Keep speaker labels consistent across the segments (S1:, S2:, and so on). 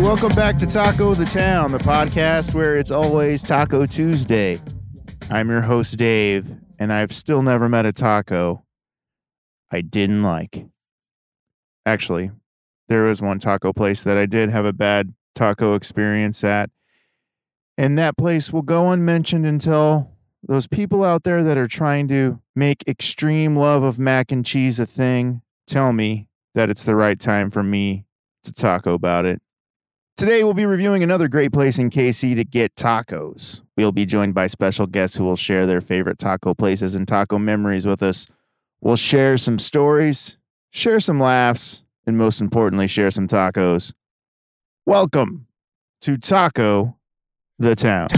S1: welcome back to Taco the Town, the podcast where it's always Taco Tuesday. I'm your host, Dave, and I've still never met a taco I didn't like. Actually, there was one taco place that I did have a bad taco experience at, and that place will go unmentioned until those people out there that are trying to make extreme love of mac and cheese a thing tell me that it's the right time for me to taco about it. Today, we'll be reviewing another great place in KC to get tacos. We'll be joined by special guests who will share their favorite taco places and taco memories with us. We'll share some stories, share some laughs, and most importantly, share some tacos. Welcome to Taco the Town.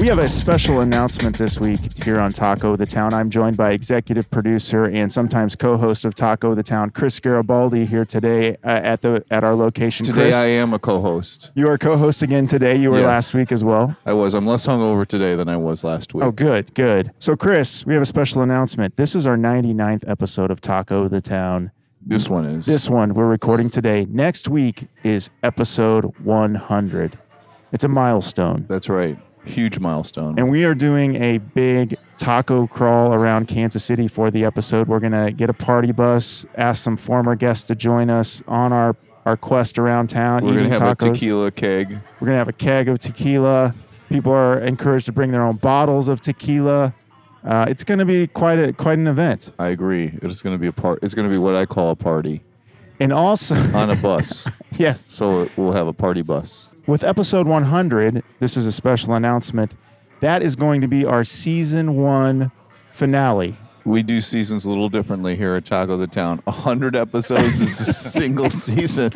S1: We have a special announcement this week here on Taco the Town. I'm joined by executive producer and sometimes co-host of Taco the Town, Chris Garibaldi, here today uh, at the at our location.
S2: Today
S1: Chris,
S2: I am a co-host.
S1: you are co-host again today. You were
S2: Yes.
S1: last week as well.
S2: I was. I'm less hungover today than I was last week.
S1: Oh, good, good. So, Chris, we have a special announcement. This is our 99th episode of Taco the Town.
S2: This one is.
S1: This one we're recording today. Next week is episode 100. It's a milestone.
S2: That's right. Huge milestone.
S1: And we are doing a big taco crawl around Kansas City for the episode. We're going to get a party bus, ask some former guests to join us on our, our quest around town.
S2: We're gonna
S1: eating
S2: have a
S1: tacos.
S2: tequila keg.
S1: We're going to have a keg of tequila. People are encouraged to bring their own bottles of tequila. Uh, it's going to be quite a quite an event.
S2: I agree. It's gonna be a part. It's gonna be what I call a party
S1: And also,
S2: on a bus.
S1: yes,
S2: So we'll have a party bus.
S1: with episode 100, this is a special announcement. That is going to be our season one finale.
S2: We do seasons a little differently here at Taco the Town. A hundred episodes is a single season.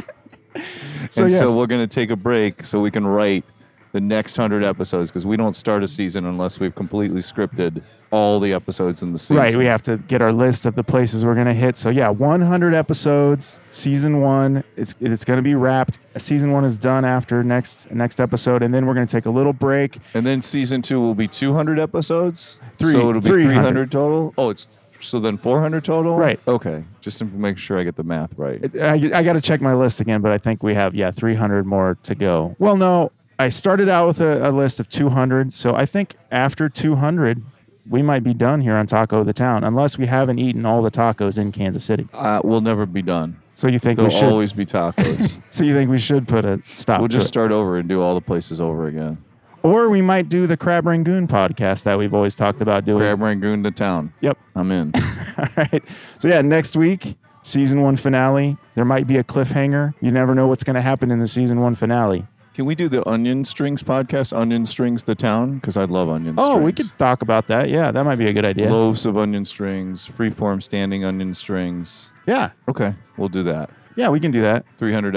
S1: So,
S2: and
S1: yes,
S2: so we're gonna take a break so we can write the next hundred episodes because we don't start a season unless we've completely scripted all the episodes in the season.
S1: right, we have to get our list of the places we're going to hit. So yeah, 100 episodes, season one. It's it's going to be wrapped. Season one is done after next next episode, and then we're going to take a little break.
S2: And then season two will be 200 episodes.
S1: Three-
S2: So it'll be
S1: 300.
S2: 300, total. Oh, it's so then 400 total.
S1: Right.
S2: Okay. Just to make sure I get the math right.
S1: I, I got to check my list again, but I think we have, yeah, 300 more to go. Well, no, I started out with a, a list of 200. So I think after 200, we might be done here on Taco the Town, unless we haven't eaten all the tacos in Kansas City.
S2: Uh, we'll never be done.
S1: So you think we
S2: There'll
S1: should?
S2: always be tacos.
S1: so you think we should put a stop?
S2: we'll
S1: to
S2: just
S1: it.
S2: start over and do all the places over again.
S1: or we might do the Crab Rangoon podcast that we've always talked about doing.
S2: Grab Rangoon to town.
S1: Yep.
S2: I'm in.
S1: All right. So yeah, next week, season one finale. There might be a cliffhanger. You never know what's going to happen in the season one finale.
S2: Can we do the Onion Strings podcast? Onion Strings the town? Because I love onion
S1: Oh,
S2: strings.
S1: we could talk about that. Yeah, that might be a good idea.
S2: Loaves of onion strings, freeform standing onion strings.
S1: Yeah.
S2: Okay. We'll do that.
S1: Yeah, we can do that.
S2: 300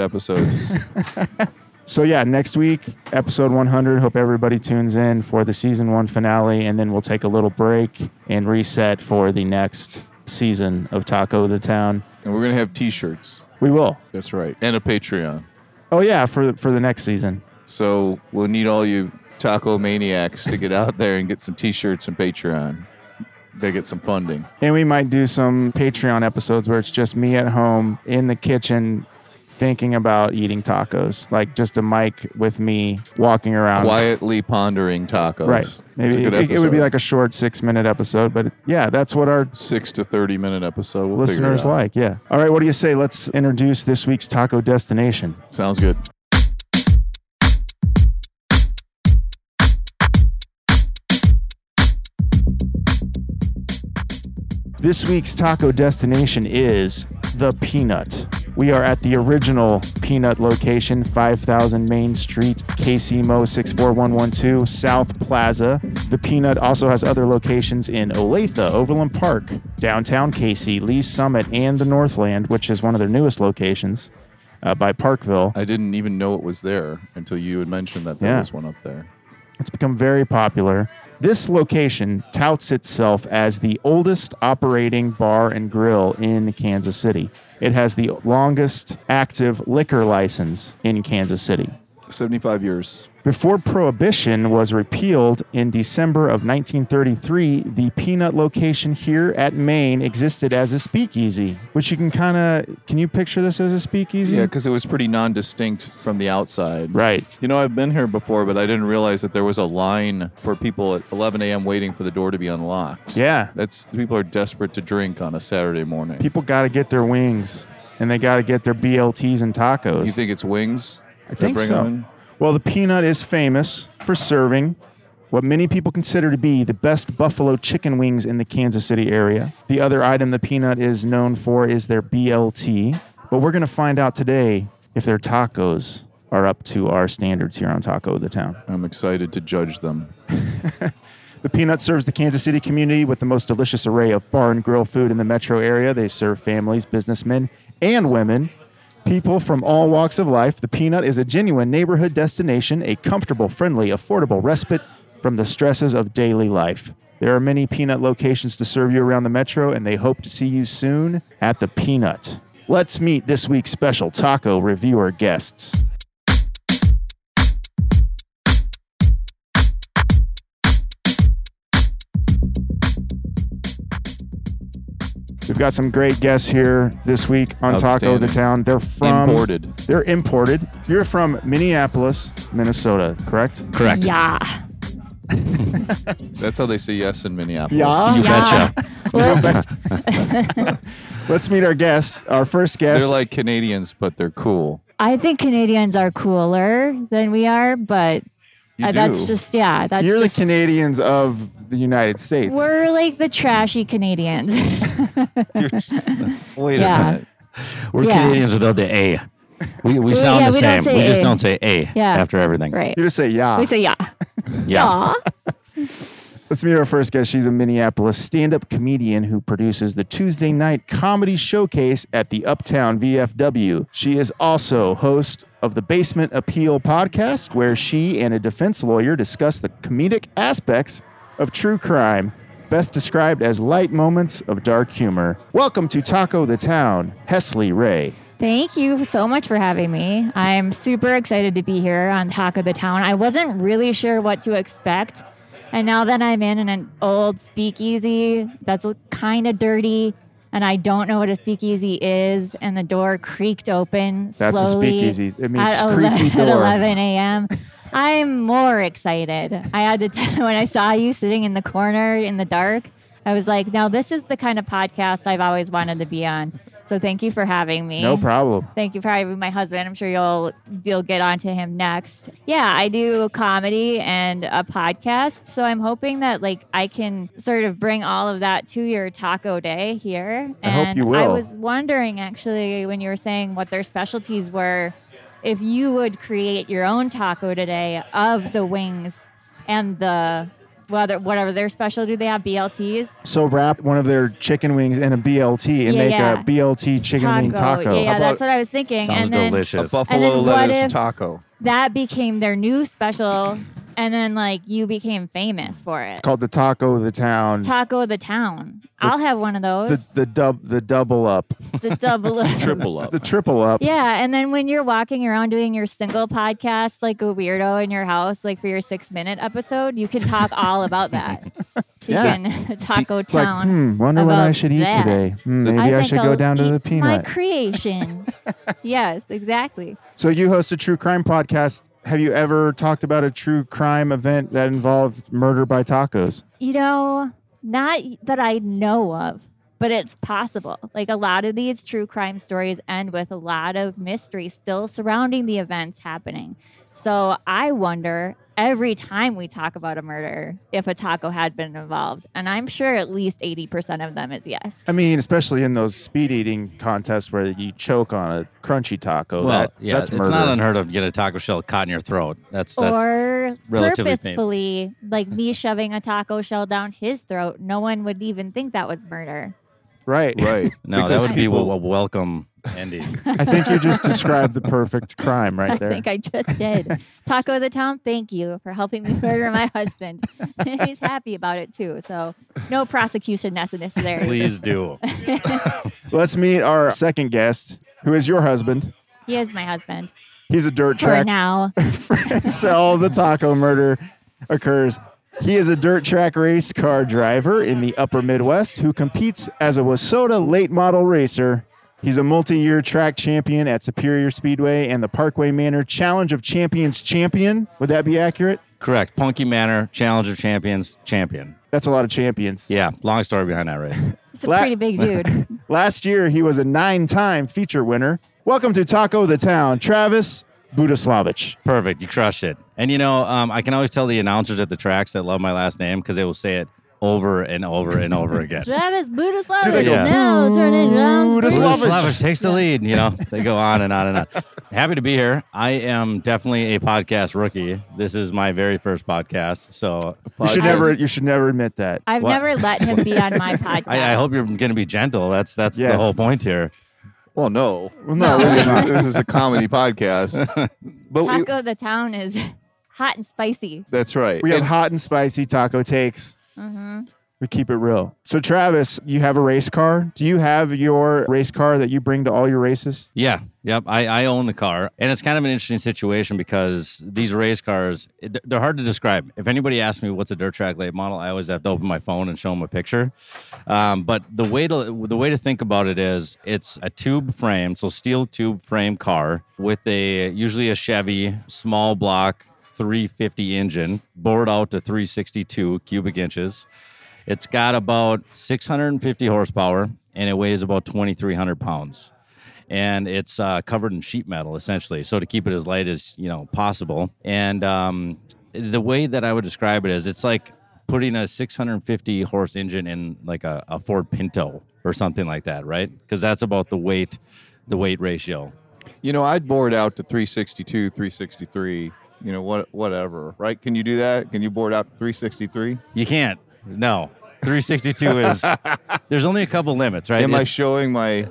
S2: episodes.
S1: So yeah, next week, episode 100. Hope everybody tunes in for the season 1 finale and then we'll take a little break and reset for the next season of Taco the Town.
S2: and we're going to have t shirts.
S1: We will.
S2: That's right. And a Patreon.
S1: Oh yeah, for for the next season.
S2: So we'll need all you taco maniacs to get out there and get some t-shirts and Patreon. They get some funding.
S1: And we might do some Patreon episodes where it's just me at home in the kitchen thinking about eating tacos. Like just a mic with me walking around.
S2: Quietly pondering tacos.
S1: Right.
S2: It's a
S1: Maybe
S2: good
S1: it, it would be
S2: episode.
S1: like a short 6-minute episode, but yeah, that's what our
S2: six to thirty minute episode. We'll figure it
S1: listeners
S2: out.
S1: like. Yeah. All right. What do you say? Let's introduce this week's taco destination.
S2: Sounds good.
S1: This week's taco destination is the Peanut. We are at the original Peanut location, 5000 Main Street, KCMO 64112, South Plaza. The Peanut also has other locations in Olathe, Overland Park, downtown KC, Lee's Summit, and the Northland, which is one of their newest locations uh, by Parkville.
S2: I didn't even know it was there until you had mentioned that there
S1: Yeah.
S2: was one up there.
S1: It's become very popular. This location touts itself as the oldest operating bar and grill in Kansas City. It has the longest active liquor license in Kansas City.
S2: Seventy five years.
S1: Before Prohibition was repealed in December of 1933, the peanut location here at Maine existed as a speakeasy, which you can kind of can you picture this as a speakeasy?
S2: Yeah, because it was pretty non-distinct from the outside.
S1: Right.
S2: You know, I've been here before, but I didn't realize that there was a line for people at 11 a.m. waiting for the door to be unlocked.
S1: Yeah.
S2: That's people are desperate to drink on a Saturday morning.
S1: People got to get their wings and they got to get their BLTs and tacos.
S2: you think it's wings?
S1: I think so. Well, the peanut is famous for serving what many people consider to be the best buffalo chicken wings in the Kansas City area. The other item the peanut is known for is their BLT, but we're going to find out today if their tacos are up to our standards here on Taco of the Town.
S2: I'm excited to judge them.
S1: The Peanut serves the Kansas City community with the most delicious array of bar and grill food in the metro area. They serve families, businessmen, and women, people from all walks of life. The Peanut is a genuine neighborhood destination, a comfortable, friendly, affordable respite from the stresses of daily life. There are many Peanut locations to serve you around the metro, and they hope to see you soon at the Peanut. Let's meet this week's special taco reviewer guests. We've got some great guests here this week on Taco the Town.
S2: Outstanding.
S1: They're from
S2: Imported.
S1: They're imported. You're from Minneapolis, Minnesota, correct?
S3: Correct.
S4: Yeah.
S2: That's how they say yes in Minneapolis.
S1: Yeah.
S3: You
S4: yeah. Well,
S1: Let's meet our guest. Our first guest.
S2: They're like Canadians, but they're cool.
S4: I think Canadians are cooler than we are, but
S2: You
S4: uh,
S2: do.
S4: that's just yeah. That's
S1: you're
S4: just,
S1: the Canadians of the United States.
S4: We're like the trashy Canadians.
S2: Wait
S4: Yeah.
S2: a minute.
S3: We're
S4: Yeah.
S3: Canadians without the A. We, we
S4: Well,
S3: sound
S4: yeah,
S3: the
S4: we
S3: same.
S4: don't say
S3: we just
S4: A.
S3: don't say A
S4: Yeah.
S3: after everything.
S4: right.
S1: you just say yeah.
S4: We say yeah.
S3: Yeah.
S4: Aw.
S1: Let's meet our first guest. She's a Minneapolis stand-up comedian who produces the Tuesday night comedy showcase at the Uptown VFW. She is also host of the Basement Appeal podcast, where she and a defense lawyer discuss the comedic aspects of true crime, best described as light moments of dark humor. Welcome to Taco the Town, Hesley Ray.
S4: Thank you so much for having me. I'm super excited to be here on Talk of the Town. I wasn't really sure what to expect. And now that I'm in an old speakeasy that's kind of dirty and I don't know what a speakeasy is, and the door creaked open
S1: That's a
S4: slowly
S1: speakeasy. It means
S4: at,
S1: creaky
S4: 11,
S1: door.
S4: at 11 a.m. I'm more excited. I had to tell when I saw you sitting in the corner in the dark, I was like, now this is the kind of podcast I've always wanted to be on. So thank you for having me.
S1: No problem.
S4: Thank you for having my husband. I'm sure you'll you'll get onto him next. Yeah, I do comedy and a podcast, so I'm hoping that like I can sort of bring all of that to your taco day here.
S1: I hope
S4: and
S1: you
S4: I
S1: will.
S4: was wondering actually when you were saying what their specialties were, if you would create your own taco today of the wings and the whether whatever their specialty they have BLTs
S1: So wrap one of their chicken wings in a BLT and
S4: Yeah,
S1: make
S4: yeah.
S1: a BLT chicken wing taco.
S4: Yeah,
S2: How
S4: yeah
S2: about-
S4: that's what I was thinking.
S3: Sounds
S4: and then
S2: A
S3: delicious.
S2: buffalo
S4: then what
S2: lettuce
S4: if-
S2: taco.
S4: that became their new special and then like you became famous for it
S1: It's called the taco of the town.
S4: taco of the town i'll have one of
S1: the
S4: those
S1: the dub the double up,
S4: the, double
S2: Triple up.
S1: the triple up.
S4: yeah and then when you're walking around doing your single podcast like a weirdo in your house like for your six minute episode you can talk all about that you
S1: Yeah.
S4: can taco
S1: It's like,
S4: town
S1: hmm, wonder what I
S4: about
S1: should eat
S4: that.
S1: today. Hmm, maybe
S4: I
S1: I,
S4: think
S1: should go
S4: I'll
S1: down to
S4: eat
S1: the
S4: my
S1: peanut.
S4: creation yes exactly
S1: so you host a true crime podcast. Have you ever talked about a true crime event that involved murder by tacos?
S4: You know, not y- that I know of, but it's possible. Like a lot of these true crime stories end with a lot of mystery still surrounding the events happening. So I wonder every time we talk about a murder if a taco had been involved. And I'm sure at least 80% of them is yes.
S1: I mean, especially in those speed eating contests where you choke on a crunchy taco.
S3: well,
S1: that-
S3: yeah,
S1: that's
S3: it's
S1: murder.
S3: not unheard of to get a taco shell caught in your throat. That's that's
S4: or
S3: relatively faint.
S4: purposefully, like me shoving a taco shell down his throat, no one would even think that was murder.
S1: right.
S2: Right.
S3: no, that
S2: Because
S3: would
S2: people-
S3: be a, a welcome ending.
S1: I think you just described the perfect crime right there.
S4: I think I just did. Taco of the Town, thank you for helping me murder my husband. He's happy about it too. So no prosecution that's necessary.
S3: Please do.
S1: Let's meet our second guest, who is your husband.
S4: He is my husband.
S1: He's a dirt
S4: for
S1: track
S4: now.
S1: until the taco murder occurs. He is a dirt track race car driver in the upper Midwest who competes as a Wasota late model racer. He's a multi year track champion at Superior Speedway and the Parkway Manor Challenge of Champions champion. Would that be accurate?
S3: Correct. Punky Manor, Challenge of Champions, champion.
S1: That's a lot of champions.
S3: Yeah, long story behind that race.
S4: It's a
S1: La-
S4: pretty big dude.
S1: Last year, he was a nine time feature winner. Welcome to Taco the Town, Travis Budislavich.
S3: Perfect. You crushed it. And you know, um, I can always tell the announcers at the tracks that love my last name because they will say it over and over and over again.
S4: Travis
S1: Do they
S4: Budislavich
S1: go,
S3: Yeah.
S4: now turning around.
S1: Budislavich?
S4: three.
S1: Slavich.
S3: Slavich takes the lead. You know, they go on and on and on. Happy to be here. I am definitely a podcast rookie. This is my very first podcast. So
S1: You should
S4: Podcast.
S1: never, you should never admit that.
S4: I've
S3: What?
S4: never let him be on my podcast.
S3: I, I hope you're going to be gentle. That's that's
S1: Yes.
S3: the whole point here.
S2: Well, no.
S1: Well, no,
S4: No.
S1: we're not.
S2: this is a comedy podcast. But we,
S4: Taco the Town is hot and spicy.
S2: that's right.
S1: we have
S2: And
S1: hot and spicy taco takes.
S4: hmm
S1: We keep it real. So, Travis, you have a race car. Do you have your race car that you bring to all your races?
S3: Yeah. Yep. I, I own the car. And it's kind of an interesting situation because these race cars, it- they're hard to describe. If anybody asks me what's a dirt track late model, I always have to open my phone and show them a picture. Um, but the way to the way to think about it is it's a tube frame, so steel tube frame car with a usually a Chevy small block 350 engine, bored out to 362 cubic inches. It's got about 650 horsepower and it weighs about 2,300 pounds and it's uh, covered in sheet metal essentially so to keep it as light as you know possible and um, the way that i would describe it is it's like putting a 650 horse engine in like a, a ford pinto or something like that right because that's about the weight the weight ratio
S2: You know, I'd board out to 362, 363, you know, what, whatever, right? Can you do that? Can you board out to 363?
S3: you can't no 362 is there's only a couple limits right
S2: Am I
S3: It's-
S2: showing my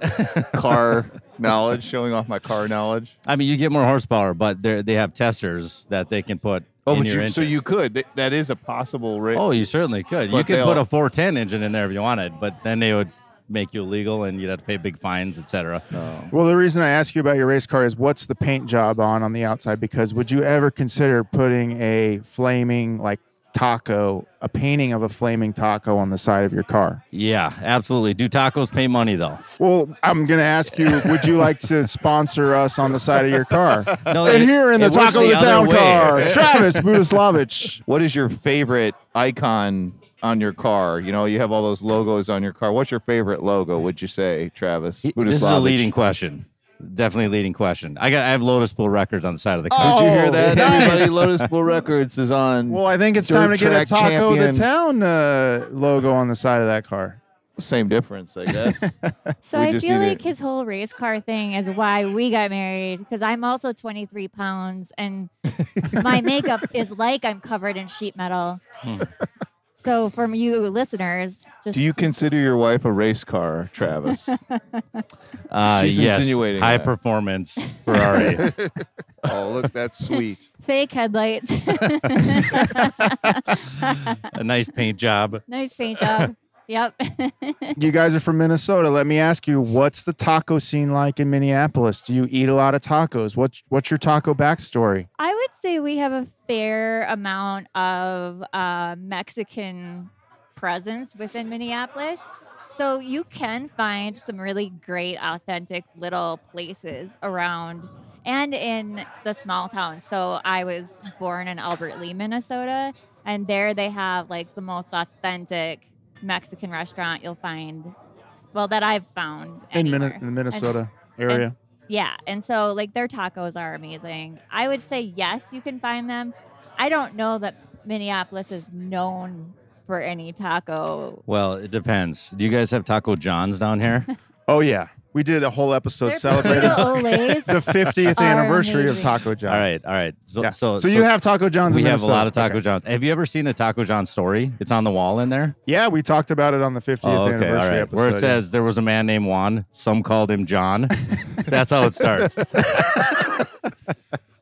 S2: car knowledge, showing off my car knowledge?
S3: I mean you get more horsepower but they they have testers that they can put
S2: Oh,
S3: in
S2: but
S3: your
S2: you, so
S3: engine.
S2: you could. That, that is a possible rate.
S3: Oh, you certainly could. you
S2: But
S3: could
S2: they'll-
S3: put a 410 engine in there if you wanted, but then they would make you illegal and you'd have to pay big fines, etc.
S2: No.
S1: Well, the reason I ask you about your race car is what's the paint job on on the outside? Because would you ever consider putting a flaming like taco, a painting of a flaming taco on the side of your car?
S3: Yeah, absolutely. Do tacos pay money though?
S1: Well, I'm going to ask you, would you like to sponsor us on the side of your car?
S3: No,
S1: and
S3: it-
S1: here in the
S3: it works
S1: Taco the,
S3: other
S1: Town
S3: way.
S1: car, Travis Budislavich.
S2: What is your favorite icon on your car? You know, you have all those logos on your car. What's your favorite logo? Would you say, Travis?
S3: He- This is a
S2: Budislavich?
S3: leading question. Definitely a leading question. I got I have Lotus Pool records on the side of the car.
S2: Did you hear
S1: Oh,
S2: that?
S1: nice.
S2: Everybody, Lotus Bull Records is on.
S1: Well, I think it's time to
S2: Dirt
S1: get a
S2: track
S1: Taco the
S2: champion.
S1: Town uh, logo on the side of that car.
S2: Same difference, I guess.
S4: So
S2: We
S4: I
S2: just
S4: feel
S2: need
S4: like
S2: to-
S4: his whole race car thing is why we got married because I'm also 23 pounds and my makeup is like I'm covered in sheet metal.
S3: Hmm.
S4: so from you listeners, just
S2: Do you consider your wife a race car, Travis?
S3: Uh,
S2: She's
S3: yes,
S2: insinuating
S3: high
S2: that.
S3: performance Ferrari.
S2: oh, look, that's sweet.
S4: fake headlights,
S3: a nice paint job.
S4: nice paint job. Yep.
S1: You guys are from Minnesota. Let me ask you, what's the taco scene like in Minneapolis? Do you eat a lot of tacos? What's what's your taco backstory?
S4: I would say we have a fair amount of uh, Mexican presence within Minneapolis. So you can find some really great, authentic little places around and in the small town. So I was born in Albert Lee, Minnesota, and there they have like the most authentic Mexican restaurant you'll find. Well, that I've found
S1: In, Min-
S4: anywhere.
S1: in the Minnesota
S4: And
S1: area.
S4: s- yeah. And so like their tacos are amazing. I would say yes, you can find them. I don't know that Minneapolis is known for any taco.
S3: Well, it depends. Do you guys have Taco John's down here?
S1: Oh yeah. We did a whole episode
S4: Their
S1: celebrating
S4: potato Olays
S1: the 50th
S4: are
S1: anniversary of
S4: amazing.
S1: Taco John's.
S3: all right, all right. So
S1: Yeah.
S3: so,
S1: you have Taco John's
S3: we
S1: in
S3: have a
S1: Minnesota.
S3: lot of Taco
S1: Okay.
S3: John's. Have you ever seen the Taco John story? It's on the wall in there. Oh,
S1: Yeah, we talked about it on the 50th anniversary episode.
S3: Where
S1: yeah.
S3: it says there was a man named Juan. Some called him John. That's how it starts.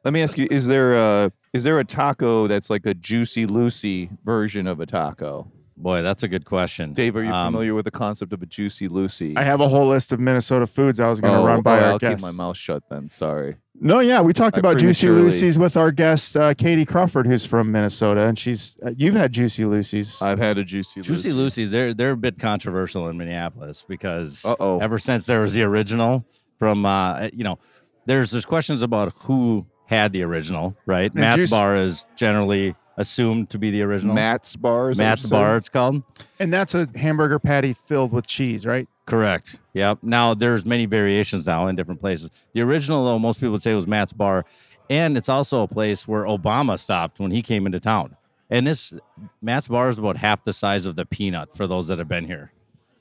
S2: Let me ask you: Is there a is there a taco that's like a juicy Lucy version of a taco?
S3: Boy, that's a good question.
S2: Dave, are you
S3: Um,
S2: familiar with the concept of a juicy Lucy?
S1: I have a whole list of Minnesota foods I was going to
S2: Oh,
S1: run by
S2: oh,
S1: our
S2: I'll keep
S1: guests.
S2: my mouth shut then. Sorry.
S1: No, yeah, we talked
S2: I
S1: about Juicy
S2: prematurely-
S1: Lucy's with our guest uh, Katie Crawford, who's from Minnesota, and she's uh, you've had Juicy Lucy's.
S2: I've had a juicy,
S3: Juicy Lucy, they're they're a bit controversial in Minneapolis because
S2: Uh oh.
S3: ever since there was the original from uh you know, there's there's questions about who had the original, right?
S1: Yeah,
S3: Matt's
S1: Juice-
S3: bar is generally assumed to be the original.
S2: Matt's Bar. is that what
S3: Matt's
S2: you said?
S3: bar, it's called.
S1: and that's a hamburger patty filled with cheese, right?
S3: Correct. Yep. Now there's many variations now in different places. The original, though, most people would say was Matt's Bar, and it's also a place where Obama stopped when he came into town. And this Matt's Bar is about half the size of the Peanut for those that have been here.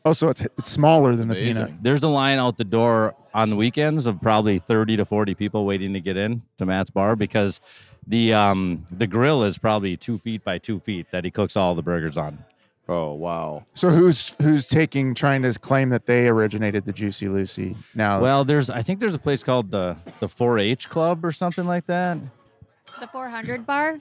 S1: Oh, so it's it's smaller than the peanut.
S2: Amazing.
S3: There's a line out the door on the weekends of probably 30 to 40 people waiting to get in to Matt's Bar because the um, the grill is probably two feet by two feet that he cooks all the burgers on.
S2: Oh wow.
S1: So who's who's taking trying to claim that they originated the Juicy Lucy? Now,
S3: Well, there's I think there's a place called the the 4-H Club or something like that.
S4: The 400 bar?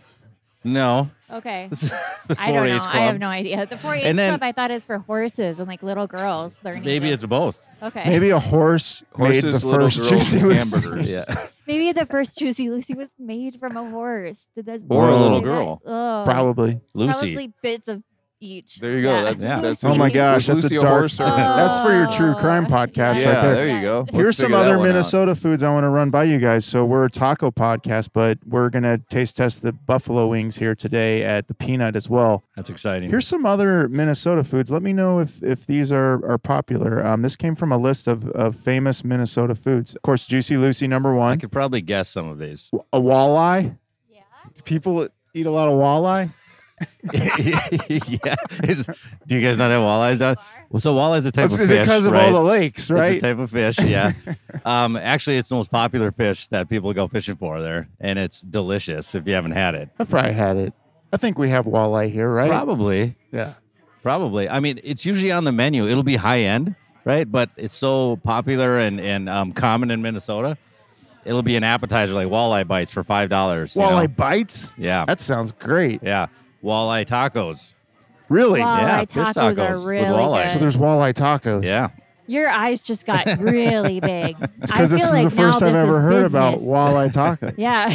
S3: No,
S4: Okay.
S3: the
S4: I don't know.
S3: 4-H
S4: I have no idea. The 4-H
S3: And then-
S4: club I thought is for horses and like little girls learning.
S3: Maybe
S4: to-
S3: it's both.
S4: okay. Maybe,
S1: maybe a horse made the
S2: Horses, little
S1: first
S2: girls,
S1: Juicy
S2: and
S1: Lucy.
S2: hamburgers.
S4: the first Juicy Lucy was made from a horse. Did that,
S2: Or
S1: a little
S4: did
S2: girl.
S4: that- oh,
S1: Probably.
S3: Lucy.
S4: Probably bits of each.
S2: There you go.
S4: Yeah.
S2: That's,
S3: Yeah.
S2: that's
S1: Oh my
S2: Lucy-
S1: gosh,
S2: was
S1: that's a
S2: Lucy
S1: dark-
S2: horse or-
S1: That's for your true crime
S4: Oh,
S1: podcast
S2: yeah,
S1: right there.
S2: there you go. Let's
S1: Here's some
S2: figure that
S1: other
S2: one out.
S1: Minnesota foods I want to run by you guys. So we're a taco podcast, but we're gonna taste test the buffalo wings here today at the Peanut as well.
S3: That's exciting.
S1: Here's some other Minnesota foods. Let me know if if these are are popular. Um, this came from a list of of famous Minnesota foods. Of course, Juicy Lucy number
S3: I
S1: one.
S3: could probably guess some of these.
S1: A walleye.
S4: Yeah.
S1: Do people eat a lot of walleye?
S3: yeah. It's- do you guys not have walleyes
S2: Uh,
S3: down?
S4: Bar?
S3: Well, so walleyes a type
S1: Is
S3: of
S1: it
S3: fish,
S1: because of
S3: right?
S1: all the lakes, right?
S3: It's a type of fish, yeah. um, actually, it's the most popular fish that people go fishing for there, and it's delicious if you haven't had it.
S1: I probably had it. I think we have walleye here, right?
S3: Probably,
S1: Yeah.
S3: probably. I mean, it's usually on the menu. It'll be high end, right? But it's so popular and and um, common in Minnesota, it'll be an appetizer like walleye bites for five dollars.
S1: Walleye bites.
S3: yeah,
S1: That sounds great.
S3: yeah. Walleye tacos.
S1: Really?
S4: Walleye
S3: yeah, fish
S4: tacos,
S3: tacos
S4: are
S3: with
S4: really
S3: walleye.
S4: good.
S1: So there's walleye tacos.
S3: Yeah.
S4: Your eyes just got really big. It's
S1: Because this is the first I've ever heard about walleye tacos.
S4: Yeah.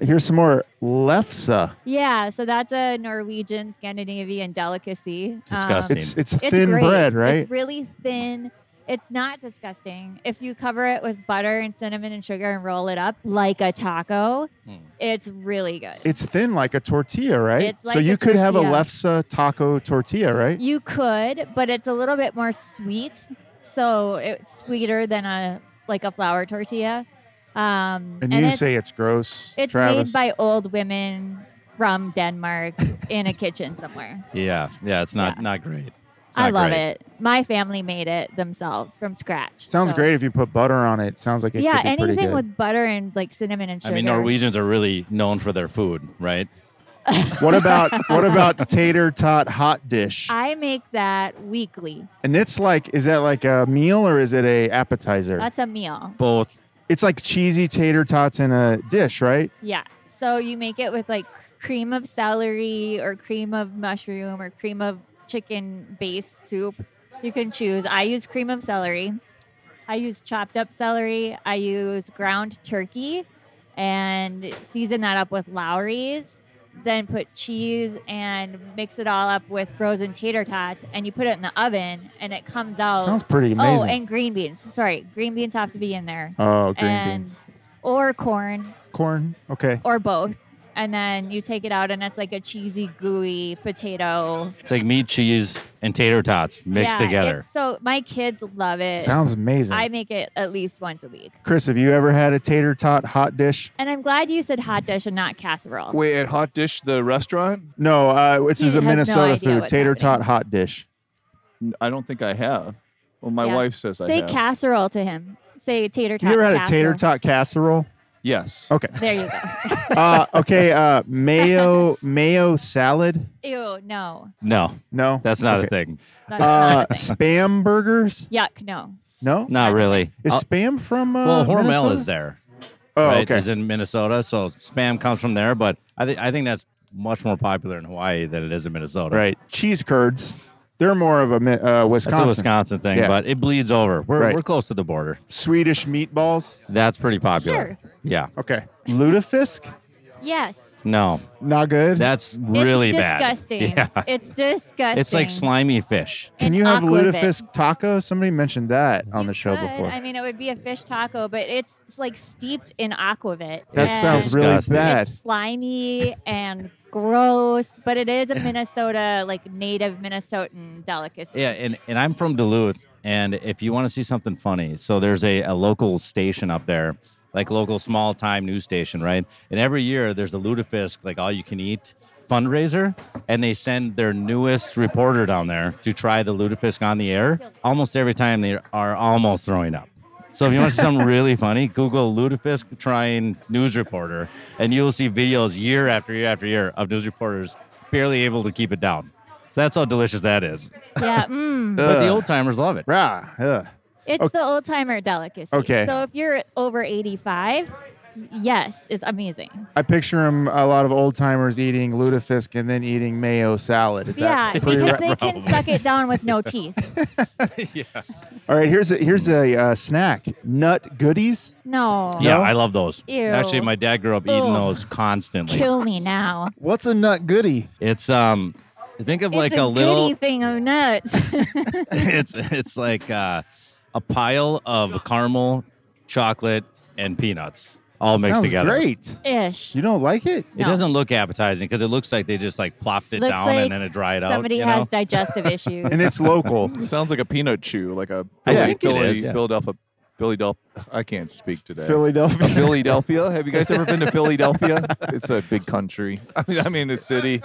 S1: Here's some more lefse.
S4: yeah. So that's a Norwegian Scandinavian delicacy. Um,
S3: Disgusting.
S1: It's it's
S4: it's
S1: thin
S4: great.
S1: bread, right?
S4: It's really thin. It's not disgusting. If you cover it with butter and cinnamon and sugar and roll it up like a taco,
S3: Hmm.
S4: it's really good.
S1: It's thin like a tortilla, right?
S4: It's
S1: so
S4: like
S1: you
S4: a
S1: could have a
S4: tortilla.
S1: lefse taco tortilla, right?
S4: you could, but it's a little bit more sweet. So it's sweeter than a like a flour tortilla. Um,
S1: and, you say it's gross,
S4: It's
S1: Travis.
S4: made by old women from Denmark in a kitchen somewhere.
S3: Yeah, yeah, it's not
S4: Yeah.
S3: not great. It's
S4: I
S3: not
S4: love
S3: great.
S4: it. My family made it themselves from scratch.
S1: Sounds
S4: so-
S1: great if you put butter on it. Sounds like it
S4: yeah,
S1: could be pretty
S4: anything
S1: good.
S4: with butter and like cinnamon
S3: I
S4: and sugar.
S3: mean, Norwegians are really known for their food, right?
S1: what about what about tater tot hot dish?
S4: I make that weekly.
S1: and it's like, is that like a meal or is it a appetizer?
S4: That's a meal.
S3: Both.
S1: it's like cheesy tater tots in a dish, right?
S4: Yeah. So you make it with like cream of celery or cream of mushroom or cream of chicken based soup. You can choose. I use cream of celery. I use chopped up celery. I use ground turkey and season that up with Lowry's. Then put cheese and mix it all up with frozen tater tots and you put it in the oven and it comes out.
S1: Sounds pretty amazing.
S4: Oh, and green beans. Sorry, green beans have to be in there
S1: Oh, green
S4: and-
S1: beans.
S4: or corn
S1: Corn. Okay.
S4: or both. And then you take it out, and it's like a cheesy, gooey potato
S3: It's like meat, cheese, and tater tots mixed
S4: Yeah,
S3: together.
S4: it's So my kids love it.
S1: Sounds amazing.
S4: I make it at least once a week.
S1: Chris, have you ever had a tater tot hot dish?
S4: And I'm glad you said hot dish and not casserole.
S2: Wait, at Hot Dish, the restaurant?
S1: No, uh, this
S4: He
S1: is a
S4: has no
S1: Minnesota
S4: idea
S1: food,
S4: what's
S1: tater tot
S4: happening.
S1: hot dish.
S2: N- I don't think I have. Well, my
S4: Yeah.
S2: wife says I
S4: Say
S2: have.
S4: casserole to him. Say tater tot.
S1: you ever had a
S4: casserole.
S1: tater tot casserole?
S2: yes.
S1: Okay.
S4: There you go.
S1: uh, okay. Uh, mayo mayo salad.
S4: Ew, no.
S3: no,
S1: No,
S3: that's not
S1: Okay.
S3: a thing.
S4: That's
S1: Uh,
S4: not a thing.
S1: spam burgers.
S4: Yuck, no.
S1: No,
S3: Not really.
S1: is
S3: Uh,
S1: spam from? Uh,
S3: well, Hormel
S1: Minnesota?
S3: is there,
S1: Oh,
S3: right?
S1: okay.
S3: Is in Minnesota, so spam comes from there. But I think I think that's much more popular in Hawaii than it is in Minnesota.
S1: Right. Cheese curds. They're more of a Mi- uh,
S3: That's a
S1: Wisconsin.
S3: Wisconsin thing,
S1: Yeah.
S3: but it bleeds over. We're,
S1: Right.
S3: we're close to the border.
S1: Swedish meatballs.
S3: That's pretty
S4: Sure.
S3: popular. Yeah.
S1: Okay. Lutefisk.
S4: Yes.
S3: No,
S1: Not good.
S3: that's really
S4: it's
S3: bad.
S4: disgusting.
S3: Yeah.
S4: It's disgusting.
S3: It's like slimy fish.
S1: Can
S4: and
S1: you have
S4: aquavit.
S1: lutefisk taco? Somebody mentioned that on
S4: You
S1: the show
S4: could.
S1: before.
S4: I mean, it would be a fish taco, but it's, it's like steeped in aquavit.
S1: that
S4: and
S1: sounds really
S3: Disgusting.
S1: bad.
S4: It's slimy and gross, but it is a Minnesota, like native Minnesotan delicacy.
S3: Yeah, and, and I'm from Duluth, and if you want to see something funny, so there's a, a local station up there, like local small time news station, right? And every year there's a Ludafisk, like all you can eat fundraiser, and they send their newest reporter down there to try the Ludafisk on the air. Almost every time they are almost throwing up. So if you want to see something really funny, Google Ludafisk trying news reporter, and you'll see videos year after year after year of news reporters barely able to keep it down. So that's how delicious that is.
S4: Yeah, mm.
S3: But the
S1: Ugh.
S3: old timers love it.
S1: Rah, ugh.
S4: It's the old timer delicacy.
S1: Okay.
S4: So if you're over 85, yes, it's amazing.
S1: I picture him a lot of old timers eating lutefisk and then eating mayo salad. Is
S4: Yeah,
S1: that pretty
S4: because
S1: right?
S4: they can suck it down with no teeth.
S1: All right, here's a here's a uh, snack. Nut goodies.
S4: No.
S3: Yeah, I love those.
S4: Ew.
S3: Actually, my dad grew up eating
S4: Ugh.
S3: those constantly.
S4: Kill me now.
S1: What's a nut goodie?
S3: It's um think of like
S4: it's
S3: a,
S4: a,
S3: little
S4: goody thing of nuts.
S3: it's it's like uh, a pile of caramel, chocolate, and peanuts all mixed
S1: Sounds
S3: together.
S1: great.
S4: Ish.
S1: You don't like it?
S3: It
S4: No.
S3: doesn't look appetizing because it looks like they just like plopped it
S4: Looks
S3: down
S4: like
S3: and then it dried out.
S4: Somebody
S3: you
S4: has
S3: know?
S4: digestive issues.
S1: And it's local.
S2: Sounds like a peanut chew, like a
S3: I
S2: Philly,
S3: think it
S2: Philly,
S3: is, yeah.
S2: Philadelphia, Philadelphia. I can't speak today.
S1: Philadelphia.
S2: Philadelphia. Have you guys ever been to Philadelphia? It's a big country. I mean, I mean, a city.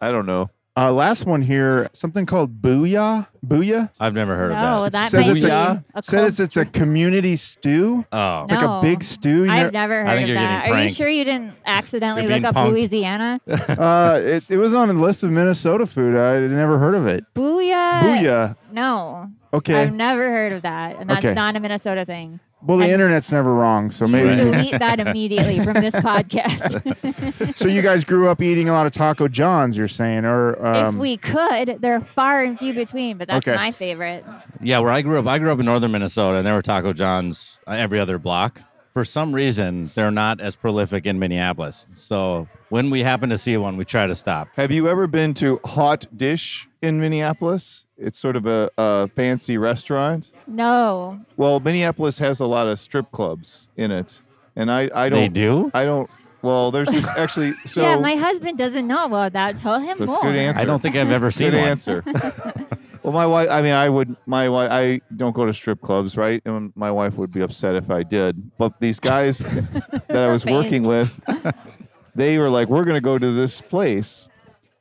S2: I don't know.
S1: Uh, last one here. Something called Booyah. Booyah
S3: I've never heard
S4: no,
S3: of that.
S4: that
S1: Says
S4: might
S1: it's
S4: be
S3: a-
S4: a
S1: said it's
S4: cult-
S1: it's a community stew.
S3: oh,
S1: It's like a
S4: No.
S1: big stew. You
S4: I've never heard
S3: I think
S4: of
S3: you're getting
S4: that. Are you
S3: pranked.
S4: sure you didn't accidentally
S3: You're
S4: look
S3: being
S4: up
S3: punked.
S4: Louisiana?
S1: never- uh, it, it was on the list of Minnesota food. I had never heard of it.
S4: Booyah.
S1: Booyah.
S4: No.
S1: Okay.
S4: I've never heard of that. And that's
S1: Okay.
S4: not a Minnesota thing.
S1: well, the
S4: I'm-
S1: internet's never wrong, so
S4: you
S1: maybe.
S4: delete that immediately from this podcast.
S1: so you guys grew up eating a lot of Taco John's. You're saying, or um,
S4: if we could, they're far and few between, but that's
S1: Okay.
S4: my favorite.
S3: Yeah, where I grew up, I grew up in northern Minnesota, and there were Taco John's uh, every other block. For some reason, they're not as prolific in Minneapolis. So when we happen to see one, we try to stop.
S2: Have you ever been to Hot Dish in Minneapolis? It's sort of a, a fancy restaurant.
S4: No.
S2: Well, Minneapolis has a lot of strip clubs in it, and I, I don't.
S3: They do?
S2: I don't. Well, there's this actually. So
S4: yeah, my husband doesn't know about that. Tell him
S2: That's
S4: more.
S2: good answer.
S3: I don't think I've ever seen
S2: Good
S3: one.
S2: answer. well, my wife. I mean, I would. My wife. I don't go to strip clubs, right? And my wife would be upset if I did. But these guys that I was working
S4: Profane.
S2: with, they were like, "We're going to go to this place."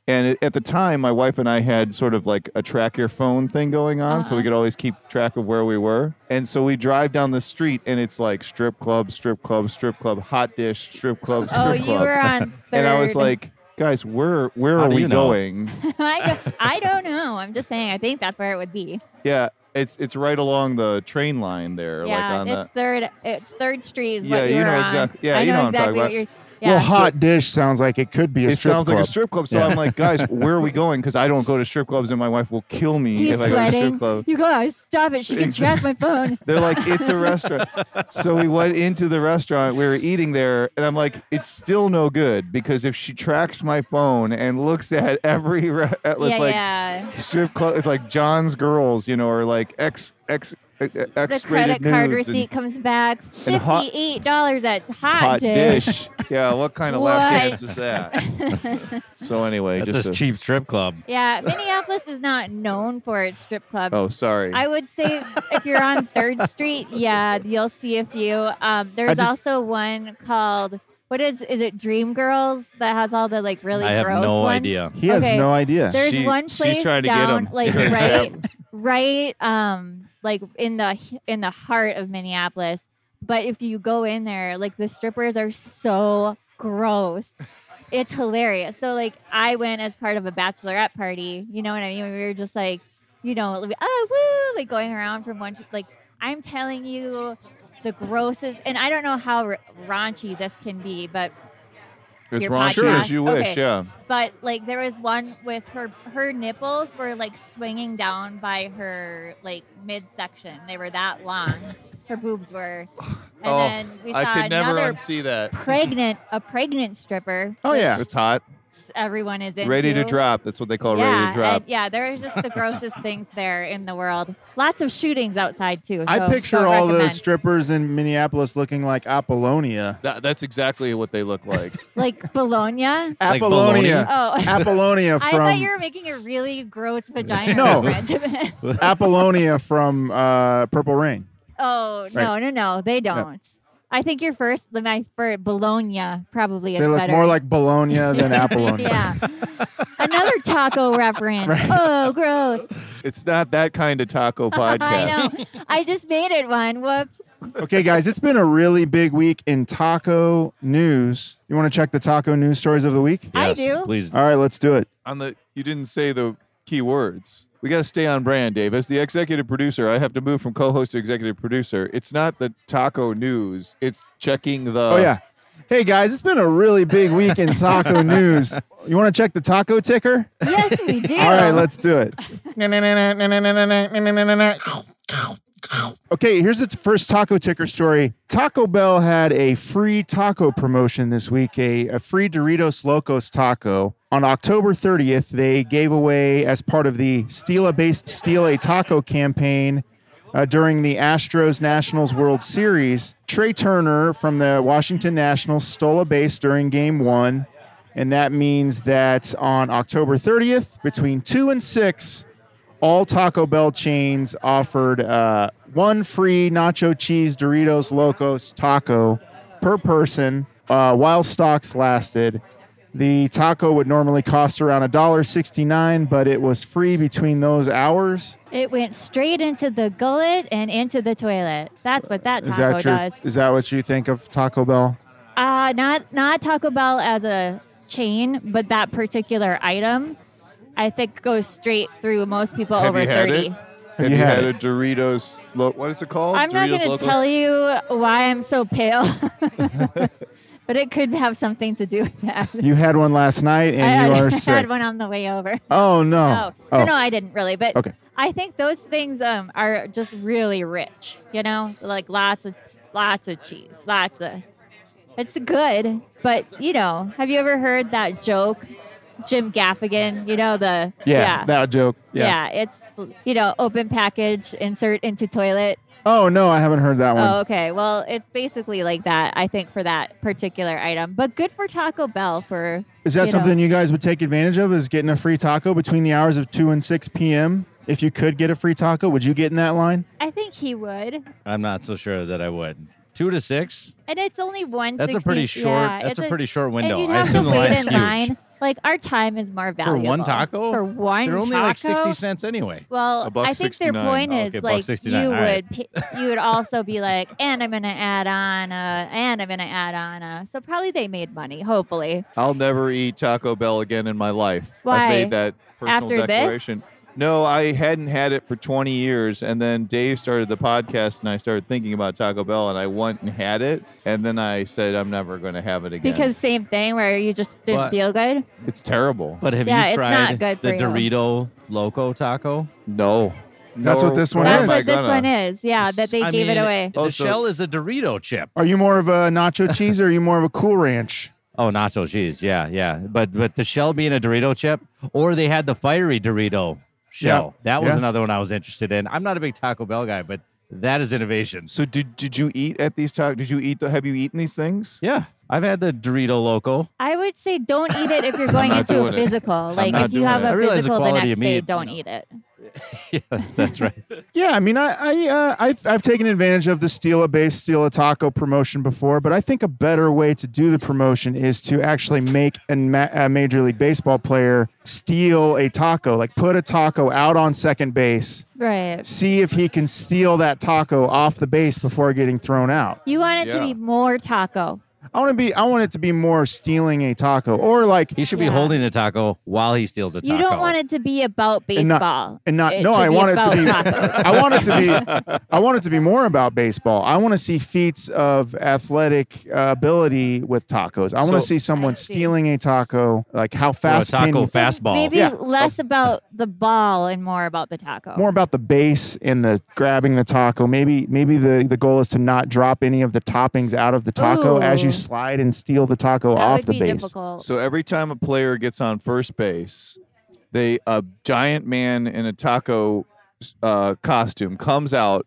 S2: And it- at the time, my wife and I had sort of like a track your phone thing going on, so
S4: Uh-huh.
S2: we could always keep track of where we were. And so we drive down the street, and it's like strip club, strip club, strip club, hot dish, strip club, strip
S4: Oh,
S2: club.
S4: you were on third.
S2: and I was like, "Guys, where where
S3: How
S2: are
S3: do
S2: we
S3: you know?"
S2: going?"
S4: I, go- I don't know. I'm just saying. I think that's where it would be.
S2: Yeah, it's it's right along the train line there, like
S4: yeah,
S2: on
S4: it's
S2: that.
S4: third. It's Third Street. Is
S2: Yeah,
S4: what
S2: you
S4: were
S2: know
S4: on.
S2: exact- yeah,
S4: I
S2: you
S4: know,
S2: know what I'm talking
S4: exactly
S2: about.
S4: what you're. Yeah.
S1: well, hot dish sounds like it could be a
S2: It
S1: strip
S2: sounds
S1: club.
S2: like a strip club, so I'm like, guys, where are we going? Because I don't go to strip clubs, and my wife will kill me
S4: He's
S2: if I go to strip
S4: sweating.
S2: club.
S4: You guys, stop it. She can track my phone.
S2: They're like, it's a restaurant. so we went into the restaurant. We were eating there, and I'm like, it's still no good because if she tracks my phone and looks at every, re- it's
S4: yeah,
S2: like
S4: yeah.
S2: strip club. It's like John's girls, you know, or like X X uh, X.
S4: The credit card receipt comes back.
S2: and hot-
S4: Fifty-eight dollars at Hot,
S2: hot dish. yeah, what kind of last
S4: What?
S2: dance is that? so anyway,
S3: That's
S2: just
S3: a
S2: a-
S3: cheap strip club.
S4: Yeah, Minneapolis is not known for its strip clubs.
S2: oh, sorry.
S4: I would say if you're on Third Street, yeah, you'll see a few. Um, there's
S2: just-
S4: also one called what is is it Dream Girls that has all the like really
S3: I have
S4: gross
S3: no
S4: ones?
S3: idea.
S1: He has
S4: Okay.
S1: no idea.
S4: There's
S2: She-
S4: one
S2: she's
S4: place
S2: trying to get
S4: down
S2: 'em.
S4: like
S2: Yeah.
S4: right right um like in the in the heart of Minneapolis. But if you go in there, like the strippers are so gross. It's hilarious. So like I went as part of a bachelorette party, you know what I mean? We were just like, you know, like, oh woo, like going around from one to like I'm telling you the grossest and I don't know how ra- raunchy this can be, but
S2: It's
S4: your
S2: wrong
S4: podcast.
S2: sure as you wish.
S4: Okay.
S2: Yeah.
S4: But like there was one with her her nipples were like swinging down by her like midsection. They were that long. her boobs were. And
S2: Oh,
S4: then we saw
S2: I could never
S4: another
S2: unsee that.
S4: pregnant a pregnant stripper.
S1: Oh,
S4: which
S1: yeah.
S2: It's hot.
S4: s- everyone is into.
S2: Ready to drop. That's what they call
S4: yeah,
S2: ready to drop.
S4: and- yeah, there are just the grossest things there in the world. Lots of shootings outside too.
S1: I
S4: so
S1: picture
S4: don't
S1: all the
S4: recommend.
S1: strippers in Minneapolis looking like Apollonia.
S2: That- that's exactly what they look like.
S4: like Bologna.
S3: Like
S1: Apollonia.
S4: Oh,
S1: Apollonia
S4: I thought you
S1: from
S4: were making a really gross vagina
S1: No.
S4: reference.
S1: Apollonia from uh, Purple Rain.
S4: oh no, no, no, they don't. I think your first, the my first Bologna probably is
S1: they look
S4: better.
S1: more like Bologna than Apollonia.
S4: yeah. Another taco reference.
S1: Right.
S4: Oh, gross.
S2: it's not that kind of taco podcast.
S4: I know. I just made it one. Whoops.
S1: Okay, guys, it's been a really big week in taco news. You want to check the taco news stories of the week?
S4: I
S3: Yes,
S4: do.
S3: Please.
S2: Uh,
S1: All right, let's do it.
S2: On the you didn't say the key words. We got to stay on brand, Dave. As the executive producer, I have to move from co-host to executive producer. It's not the taco news. It's checking the.
S1: Oh, yeah. Hey, guys, it's been a really big week in taco news. You want to check the taco ticker?
S4: Yes, we do.
S1: All right, let's do it. Okay, here's its first taco ticker story. Taco Bell had a free taco promotion this week, a, a free Doritos Locos taco. On October 30th, they gave away, as part of the Stila based Steal a Taco campaign, uh, during the Astros Nationals World Series. Trey Turner from the Washington Nationals stole a base during game one. And that means that on October 30th, between 2 and 6, all Taco Bell chains offered uh, one free nacho cheese Doritos Locos taco per person uh, while stocks lasted. The taco would normally cost around $1.69, but it was free between those hours.
S4: It went straight into the gullet and into the toilet. That's what that
S1: Is
S4: taco
S1: that your,
S4: does.
S1: Is that what you think of Taco Bell?
S4: Uh, not not Taco Bell as a chain, but that particular item, I think goes straight through most people
S2: Have
S4: over
S2: you had
S4: thirty.
S2: it? Have you had, a Doritos? Lo- what is it
S1: Oh,
S2: called?
S4: I'm not
S2: Doritos
S4: going to
S2: Locos?
S4: tell you why I'm so pale, but it could have something to do with that.
S1: You had one last night and
S4: I,
S1: you
S4: I
S1: are
S4: had
S1: sick.
S4: one on the way over.
S1: Oh,
S4: Oh,
S1: no.
S4: no, no, I didn't really. But
S1: Okay.
S4: I think those things um, are just really rich. You know, like lots of lots of cheese, lots of. It's good, but you know, have you ever heard that joke, Jim Gaffigan? You know the
S1: Yeah,
S4: yeah.
S1: that joke. Yeah.
S4: yeah, it's you know open package insert into toilet.
S1: Oh, no, I haven't heard that one.
S4: Oh, okay. Well, it's basically like that. I think for that particular item, but good for Taco Bell for
S1: Is that
S4: you know.
S1: something you guys would take advantage of? Is getting a free taco between the hours of 2 and 6 p.m.? If you could get a free taco, would you get in that line?
S4: I think he would.
S3: I'm not so sure that I would. Two to six.
S4: And it's only one.
S3: That's a pretty short.
S4: Yeah,
S3: that's
S4: it's
S3: a pretty short window.
S4: And you'd
S3: I
S4: have to
S3: assume the
S4: wait
S3: line's
S4: in
S3: huge.
S4: line. Like our time is more
S3: one
S4: valuable
S3: taco?
S4: For one
S3: They're only
S4: taco.
S3: like sixty cents anyway.
S4: Well,
S2: A buck
S4: I think
S2: 69.
S4: their point
S3: Oh,
S4: is
S3: okay, buck
S4: like
S3: 69,
S4: you
S3: all
S4: would
S3: right.
S4: pi- you would also be like, and I'm gonna add on a, and I'm gonna add on a. So probably they made money, hopefully.
S2: I'll never eat Taco Bell again in my life. I
S4: Why?
S2: made that personal
S4: After this?
S2: declaration. No, I hadn't had it for 20 years. And then Dave started the podcast and I started thinking about Taco Bell and I went and had it. And then I said, I'm never going to have it again.
S4: Because same thing where you just didn't
S3: But-
S4: feel good.
S2: it's terrible.
S3: But have
S4: Yeah,
S3: you
S4: it's not
S3: tried
S4: good
S3: the
S4: for you.
S3: Dorito Loco Taco?
S2: No.
S1: That's
S2: Nor-
S1: what this one
S2: nor
S1: Well,
S4: That's
S1: is.
S2: am I
S4: what this
S2: gonna.
S4: one is. Yeah, that they
S3: I
S4: gave
S3: mean,
S4: it away.
S3: The
S2: Oh, so-
S3: shell is a Dorito chip.
S1: Are you more of a nacho cheese or are you more of a cool ranch?
S3: Oh, nacho cheese. Yeah, yeah. But but the shell being a Dorito chip, or they had the fiery Dorito shell. That was
S1: yeah.
S3: another one I was interested in. I'm not a big Taco Bell guy, but that is innovation.
S2: So did, did you eat at these tacos? Did you eat? The, have you eaten these things?
S3: Yeah, I've had the Dorito Loco.
S4: I would say don't eat it if you're going
S2: not
S4: into a
S2: doing it.
S4: physical. Like
S2: not
S4: if you
S2: doing
S4: have
S2: it.
S3: I
S4: a
S3: realize the
S4: physical the
S3: quality
S4: next
S3: of
S4: day,
S3: meat, you
S4: don't
S3: know.
S4: eat it.
S3: yeah, that's, that's right.
S1: Yeah, I mean, I, I, uh, I've, I've taken advantage of the Stila based Stila taco promotion before, but I think a better way to do the promotion is to actually make a, ma- a Major League Baseball player steal a taco, like put a taco out on second base,
S4: Right.
S1: see if he can steal that taco off the base before getting thrown out.
S4: You want it to
S2: Yeah.
S4: be more taco.
S1: I want to be. I want it to be more stealing a taco or like
S3: He should
S4: Yeah.
S3: be holding a taco while he steals a taco.
S4: You don't want it to be about
S1: And not-
S4: baseball.
S1: and not.
S4: It
S1: no,
S4: should
S1: I
S4: be
S1: want it to
S4: about
S1: be.
S4: tacos.
S1: I want it to be. I want it to be more about baseball. I want to see feats of athletic uh, ability with tacos. I want to
S3: So-
S1: see someone
S4: I see.
S1: stealing a taco. Like how
S3: Or
S1: fast
S3: a taco
S1: can
S3: fastball.
S4: Maybe
S1: Yeah.
S4: less about the ball and more about the taco.
S1: more about the base and the grabbing the taco. Maybe maybe the, the goal is to not drop any of the toppings out of the taco as you
S4: Ooh.
S1: slide and steal the taco
S4: that
S1: off
S4: would
S1: the
S4: be
S1: base.
S4: difficult.
S2: So every time a player gets on first base, they a giant man in a taco uh, costume comes out,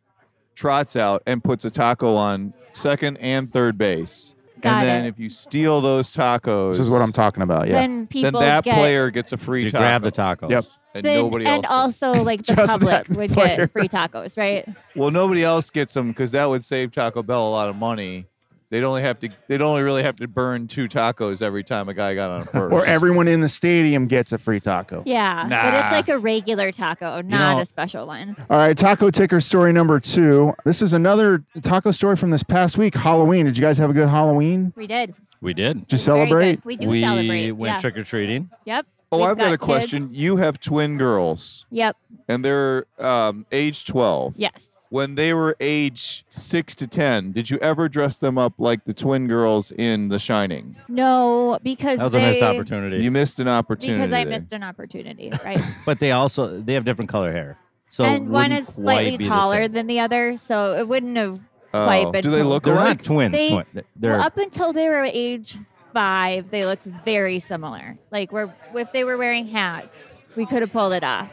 S2: trots out, and puts a taco on second and third base.
S4: Got
S2: and then
S4: it.
S2: if you steal those tacos,
S1: This is what I'm talking about. Yeah.
S4: Then people
S2: then that
S4: get
S2: player gets a free
S3: You
S2: taco.
S3: grab the tacos.
S1: Yep.
S2: and
S4: then-
S2: nobody
S4: and
S2: else. does.
S4: also like the
S1: Just that
S4: public would
S1: player.
S4: get free tacos, right?
S2: Well, nobody else gets them because that would save Taco Bell a lot of money. They'd only have to. They'd only really have to burn two tacos every time a guy got on first.
S1: Or everyone in the stadium gets a free taco.
S4: Yeah, but
S2: Nah.
S4: it's like a regular taco, not
S3: know-
S4: a special one.
S1: All right, taco ticker story number two. This is another taco story from this past week, Halloween. Did you guys have a good Halloween?
S4: We did
S3: We did.
S1: Did you
S4: Very good.
S1: celebrate?
S4: We do
S3: we
S4: celebrate.
S3: went
S4: yeah.
S3: trick or treating.
S4: Yep.
S2: oh,
S4: We've
S2: I've got,
S4: got
S2: a question. You have twin girls,
S4: Yep.
S2: and they're um, age twelve.
S4: Yes.
S2: When they were age six to ten, did you ever dress them up like the twin girls in The Shining?
S4: No, because
S3: That was
S4: they,
S3: a missed opportunity.
S2: You missed an opportunity.
S4: Because I
S2: there.
S4: missed an opportunity, right?
S3: but they also they have different color hair. So it
S4: and one is
S3: wouldn't
S4: slightly
S3: quite be the
S4: taller
S3: same.
S4: than the other, so it wouldn't have.
S2: Oh,
S4: Quite, but
S2: do they
S4: no.
S2: look
S3: They're
S2: alike?
S3: not twins.
S4: They-
S3: twin. They're
S4: Well, up until they were age five, they looked very similar. Like we're if they were wearing hats, we could have pulled it off.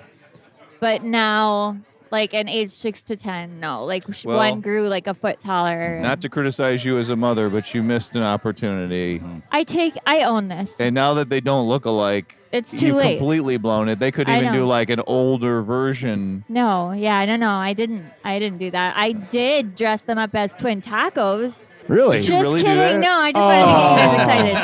S4: But now, like an age six to ten, no. Like sh
S2: Well,
S4: one grew like a foot taller.
S2: Not to criticize you as a mother, but you missed an opportunity.
S1: Mm-hmm.
S4: I take. I own this.
S2: And now that they don't look alike,
S4: It's too
S2: you
S4: late.
S2: completely blown it. They could
S4: I
S2: even do
S4: know.
S2: like an older version.
S4: no, yeah, I don't know. I didn't. I didn't do that. I did dress them up as twin tacos.
S1: Really? Oh,
S2: Did you
S4: Just
S2: really do
S4: kidding.
S2: that? Oh.
S4: No, I just wanted to get you guys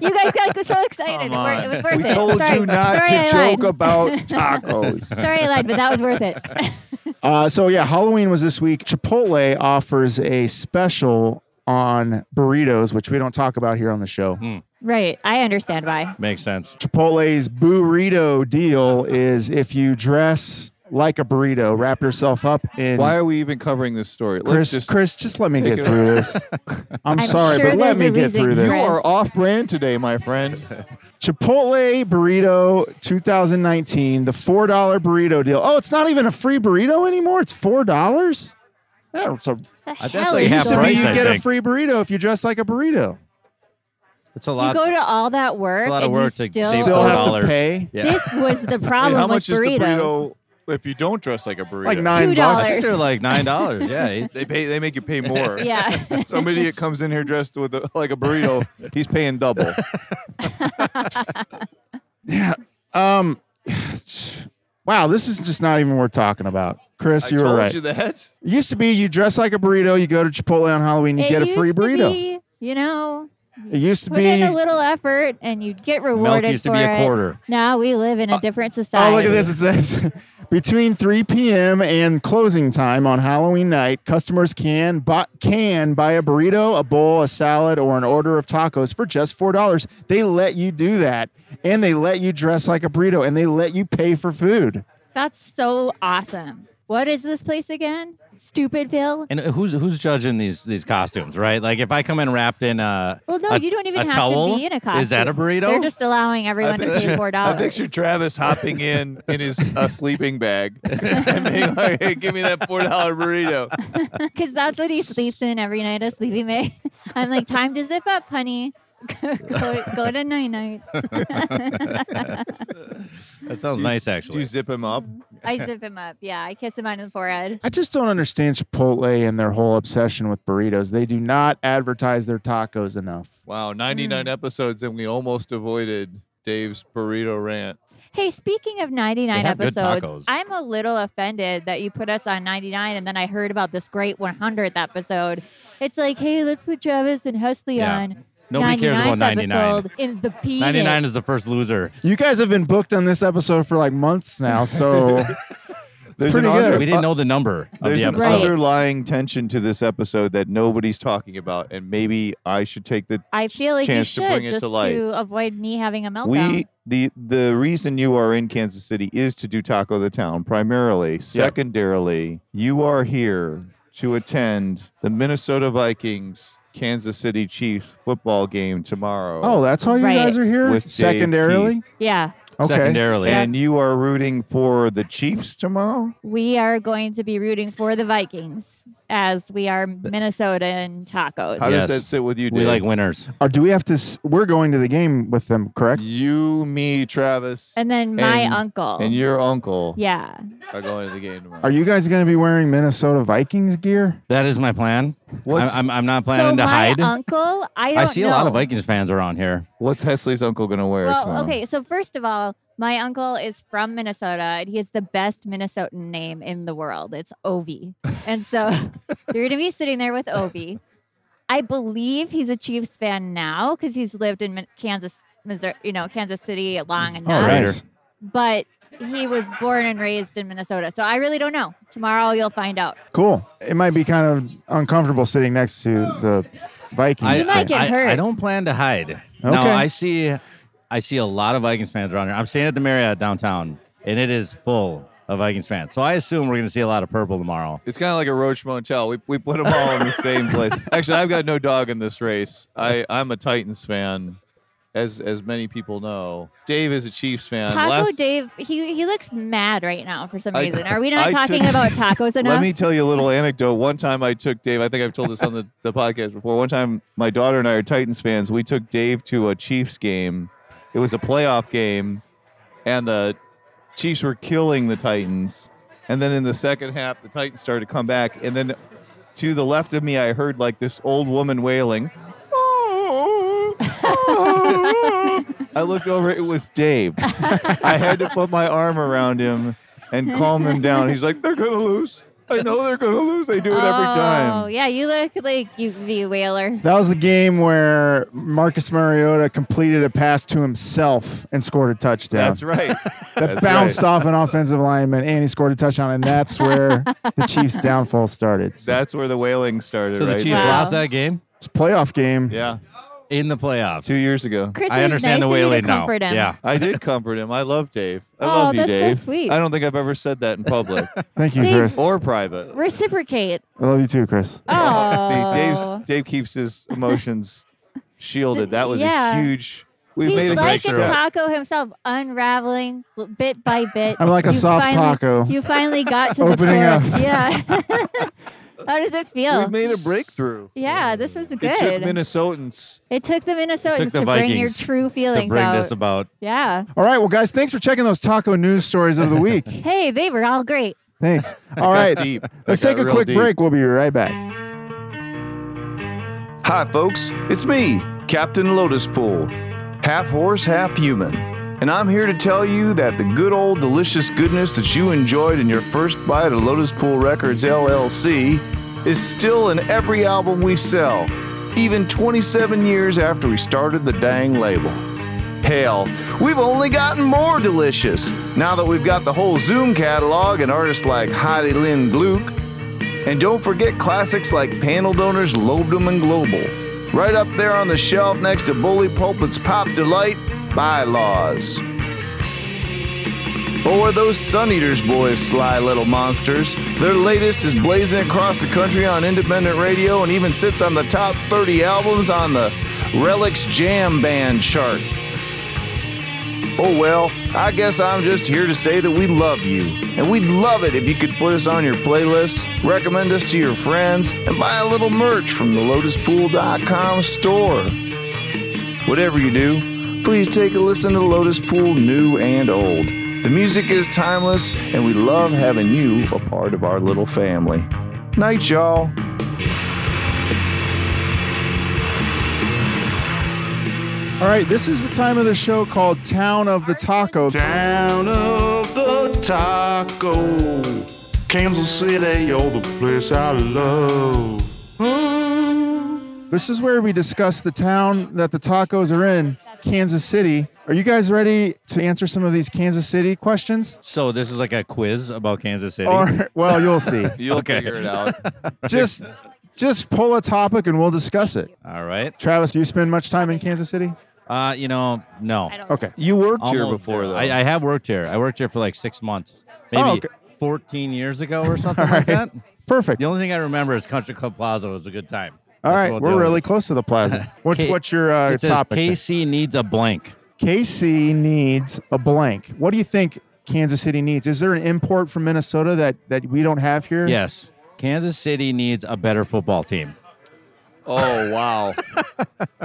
S1: Dang.
S4: You guys got so excited. It
S2: Come
S4: wor-
S2: on.
S4: It was worth
S2: We
S4: it.
S2: told
S4: Sorry.
S2: you not
S4: Sorry
S2: to
S4: I
S2: joke
S4: lied.
S2: about tacos.
S4: Sorry, I lied, but that was worth it.
S1: Uh, so yeah, Halloween was this week. Chipotle offers a special on burritos, which we don't talk about here on the show.
S4: right. I understand why.
S3: makes sense.
S1: Chipotle's burrito deal is if you dress like a burrito, wrap yourself up in.
S2: Why are we even covering this story?
S1: Chris,
S2: Let's just.
S1: Chris, just let me
S2: take
S1: get
S2: it
S1: through this. I'm,
S4: I'm
S1: sorry,
S4: sure
S1: but let
S4: there's
S1: me
S4: a
S1: get
S4: reason
S1: through
S2: you
S1: this.
S4: Chris.
S2: are off brand today, my friend.
S1: Chipotle burrito 2019, the four dollar burrito deal. Oh, it's not even a free burrito anymore. It's four dollars. That's a
S4: The
S3: that's
S4: hell
S3: like
S1: it
S4: is
S3: half
S1: used to
S4: going
S1: be
S3: price,
S1: you
S4: on?
S3: I
S1: get a
S3: think.
S1: free burrito if you dress like a burrito.
S3: It's a
S4: You
S3: lot.
S4: go to all that work.
S3: it's a lot of
S4: and you
S3: work to
S4: still,
S3: save
S1: Still
S3: four
S1: have to
S3: dollars.
S1: pay.
S3: yeah.
S4: This was the problem
S2: how much
S4: with
S2: is the
S4: burritos.
S2: burrito if you don't dress like a burrito?
S1: Like nine
S4: Two
S1: bucks.
S3: I think
S4: dollars.
S3: they're like nine dollars. Yeah.
S2: They pay. They make you pay more.
S4: yeah.
S2: Somebody that comes in here dressed with a, like a burrito, he's paying double.
S1: Yeah. Um. Wow, this is just not even worth talking about. Chris, you
S2: I
S1: were
S2: told
S1: right.
S2: you that.
S1: It used to be you dress like a burrito, you go to Chipotle on Halloween, you
S4: It
S1: get a free
S4: used to
S1: burrito.
S4: be, you know,
S1: it used to
S4: put in
S1: be.
S4: a little effort and you'd get
S3: Milk
S4: rewarded
S3: used to
S4: for
S3: be a
S4: it.
S3: quarter.
S4: Now we live in a different
S1: Oh,
S4: society.
S1: look at this. It says between 3 p.m. and closing time on Halloween night, customers can buy, can buy a burrito, a bowl, a salad, or an order of tacos for just $4. They let you do that. And they let you dress like a burrito and they let you pay for food.
S4: That's so awesome. What is this place again? Stupidville?
S3: And who's who's judging these these costumes, right? Like if I come in wrapped in a
S4: Well, no,
S3: a-
S4: you don't even
S3: a
S4: have
S3: towel?
S4: to be in a costume.
S3: Is that a burrito?
S4: They're just allowing everyone to
S2: picture-
S4: pay four
S2: I
S4: dollars.
S2: picture Travis hopping in in his uh, sleeping bag and being like, "Hey, give me that four dollar burrito."
S4: Because that's what he sleeps in every night, a sleeping bag. I'm like, time to zip up, honey. go, go to night night.
S3: that sounds
S2: Do you
S3: nice
S2: s- Do
S3: actually.
S2: you zip him up?
S4: I zip him up. Yeah, I kiss him on the forehead.
S1: I just don't understand Chipotle and their whole obsession with burritos. They do not advertise their tacos enough.
S2: Wow, 99 episodes and we almost avoided Dave's burrito rant.
S4: Hey, speaking of 99
S3: They have good tacos.
S4: episodes, I'm a little offended that you put us on 99 and then I heard about this great 100th episode. It's like, hey, let's put Travis and Huxley
S3: Yeah.
S4: on.
S3: Nobody cares about
S4: 99th
S3: 99.
S4: episode In the peanut.
S3: 99 is the first loser.
S1: You guys have been booked on this episode for like months now, so
S2: There's
S1: pretty
S2: an
S1: good.
S2: under-
S3: We didn't know the number of
S2: Uh, There's
S3: the
S2: an
S3: episode.
S4: Right.
S2: underlying tension to this episode that nobody's talking about, and maybe I should take the.
S4: I feel like you
S2: chance to
S4: should
S2: bring it to
S4: just
S2: light.
S4: to avoid me having a meltdown.
S2: We the the reason you are in Kansas City is to do Taco the Town primarily. Secondarily, you are here to attend the Minnesota Vikings Kansas City Chiefs football game tomorrow.
S1: Oh, that's how you
S4: Right.
S1: guys are here?
S2: With Dave
S1: Secondarily?
S4: yeah,
S1: Okay.
S3: Secondarily,
S2: and you are rooting for the Chiefs tomorrow.
S4: we are going to be rooting for the Vikings as we are Minnesotan tacos.
S2: How
S3: Yes.
S2: does that sit with you? Dave?
S3: we like winners.
S1: Or Uh, do we have to? s- We're going to the game with them, correct?
S2: you, me, Travis, and,
S4: and then my
S2: and-
S4: uncle.
S2: your uncle
S4: yeah.
S2: are going to the game tomorrow.
S1: Are you guys going to be wearing Minnesota Vikings gear?
S3: That is my plan.
S2: What's-
S3: I, am I'm not
S4: So
S3: planning
S4: my
S3: to hide.
S4: uncle, I don't
S3: I see a lot of
S4: know.
S3: Vikings fans around here.
S2: What's Hesley's uncle gonna wear
S4: Well,
S2: tomorrow?
S4: okay. So first of all, my uncle is from Minnesota, and he has the best Minnesotan name in the world. It's Ovi, and so you're gonna be sitting there with Ovi. I believe he's a Chiefs fan now because he's lived in Min- Kansas, Missouri, you know, Kansas City long enough.
S3: right.
S1: nice.
S4: But he was born and raised in Minnesota, so I really don't know. Tomorrow you'll find out.
S1: Cool. It might be kind of uncomfortable sitting next to the Vikings.
S3: I,
S4: You might
S3: I-
S4: get
S3: I-
S4: hurt.
S3: I don't plan to hide. No,
S1: Okay.
S3: I see. I see a lot of Vikings fans around here. I'm staying at the Marriott downtown, and it is full of Vikings fans. So I assume we're going to see a lot of purple tomorrow.
S2: It's kind of like a Roach Motel. We, we put them all in the same place. Actually, I've got no dog in this race. I, I'm a Titans fan, as as many people know. Dave is a Chiefs fan.
S4: Taco
S2: Last-
S4: Dave, he he looks mad right now for some
S2: I-
S4: reason. Are we not
S2: I
S4: talking
S2: took-
S4: about tacos enough?
S2: Let me tell you a little anecdote. One time I took Dave, I think I've told this on the, the podcast before. One time my daughter and I are Titans fans. We took Dave to a Chiefs game. It was a playoff game, and the Chiefs were killing the Titans. And then in the second half, the Titans started to come back. And then to the left of me, I heard like this old woman wailing. "Oh, I looked over, it was Dave. I had to put my arm around him and calm him down. He's like, they're going to lose. I know they're going to lose. They do it every
S4: Oh,
S2: time.
S4: yeah, you look like you could be a whaler.
S1: that was the game where Marcus Mariota completed a pass to himself and scored a touchdown.
S2: That's right.
S1: that
S2: That's
S1: bounced
S2: right.
S1: off an offensive lineman, and he scored a touchdown, and that's where the Chiefs' downfall started. So
S2: That's where the wailing started.
S3: So the
S2: right?
S3: Chiefs
S4: Wow.
S3: lost that game
S1: it's a playoff game.
S2: Yeah,
S3: in the playoffs.
S2: two years ago.
S4: Chris,
S3: I
S4: it's
S3: understand
S4: nice
S3: the
S4: of you
S3: wailing
S4: to
S3: now.
S4: comfort him.
S3: Yeah.
S2: I did comfort him. I love Dave. I
S4: Oh,
S2: love you,
S4: that's so
S2: Dave.
S4: sweet.
S2: I don't think I've ever said that in public
S1: Thank you,
S4: Dave-
S1: Chris.
S2: or private.
S4: Reciprocate.
S1: I love you too, Chris.
S4: Oh,
S2: See, Dave's, Dave keeps his emotions shielded. That was
S4: Yeah.
S2: a huge. We
S4: He's
S2: made a
S4: like a
S2: breakthrough.
S4: taco himself, unraveling l- bit by bit.
S1: I'm like a
S4: You
S1: soft
S4: finally-
S1: taco.
S4: You finally got to
S1: Opening
S4: the
S1: up.
S4: core. Yeah. How does it
S2: We
S4: feel?
S2: made a breakthrough.
S4: yeah, this was good.
S2: It took Minnesotans.
S4: the Minnesotans
S3: the
S4: to bring your
S3: Vikings
S4: true
S3: to
S4: feelings
S3: bring
S4: out.
S3: this about.
S4: yeah.
S1: All right, well, guys, thanks for checking those taco news stories of the week.
S4: Hey, they were all great.
S1: Thanks. All right, let's take a quick break. We'll be right back.
S2: Hi, folks. It's me, Captain Lotus Pool, half horse, half human. And I'm here to tell you that the good old delicious goodness that you enjoyed in your first bite of Lotus Pool Records LLC is still in every album we sell, even 27 years after we started the dang label. Hell, we've only gotten more delicious now that we've got the whole Zoom catalog and artists like Heidi Lynn Gluck, and don't forget classics like Panel Donors, Lobdom, and Global. Right up there on the shelf next to Bully Pulpit's Pop Delight, Bylaws. Or are those Sun Eaters boys sly little monsters? Their latest is blazing across the country on independent radio and even sits on the top 30 albums on the Relics Jam Band chart. Oh well, I guess I'm just here to say that we love you. And we'd love it if you could put us on your playlist, recommend us to your friends, and buy a little merch from the lotuspool.com store. Whatever you do, please take a listen to Lotus Pool new and old. The music is timeless, and we love having you a part of our little family. Night, y'all.
S1: All right, this is the time of the show called Town of the Taco.
S5: Town of the taco. Kansas City, you're the place I love.
S1: This is where we discuss the town that the tacos are in, Kansas City, Are you guys ready to answer some of these Kansas City questions?
S3: So this is like a quiz about Kansas City.
S1: Or well, you'll see.
S2: You'll
S3: Okay.
S2: figure it out.
S1: just just pull a topic and we'll discuss it.
S3: All right.
S1: Travis, do you spend much time in Kansas City?
S3: Uh, you know, no.
S4: I don't
S1: Okay. Um,
S2: You worked here
S3: Almost
S2: before,
S3: zero.
S2: though.
S3: I, I have worked here. I worked here for like six months, maybe
S1: Oh, okay.
S3: 14 years ago or something
S1: All
S3: like
S1: right.
S3: that.
S1: Perfect.
S3: The only thing I remember is Country Club Plaza was a good time.
S1: All
S3: That's
S1: right,
S3: what
S1: we're
S3: the-
S1: really close to the plaza. What's
S3: K-
S1: what's your uh,
S3: It says
S1: topic? there?
S3: KC needs a blank.
S1: KC needs a blank. What do you think Kansas City needs? Is there an import from Minnesota that that we don't have here?
S3: Yes, Kansas City needs a better football team.
S2: oh wow!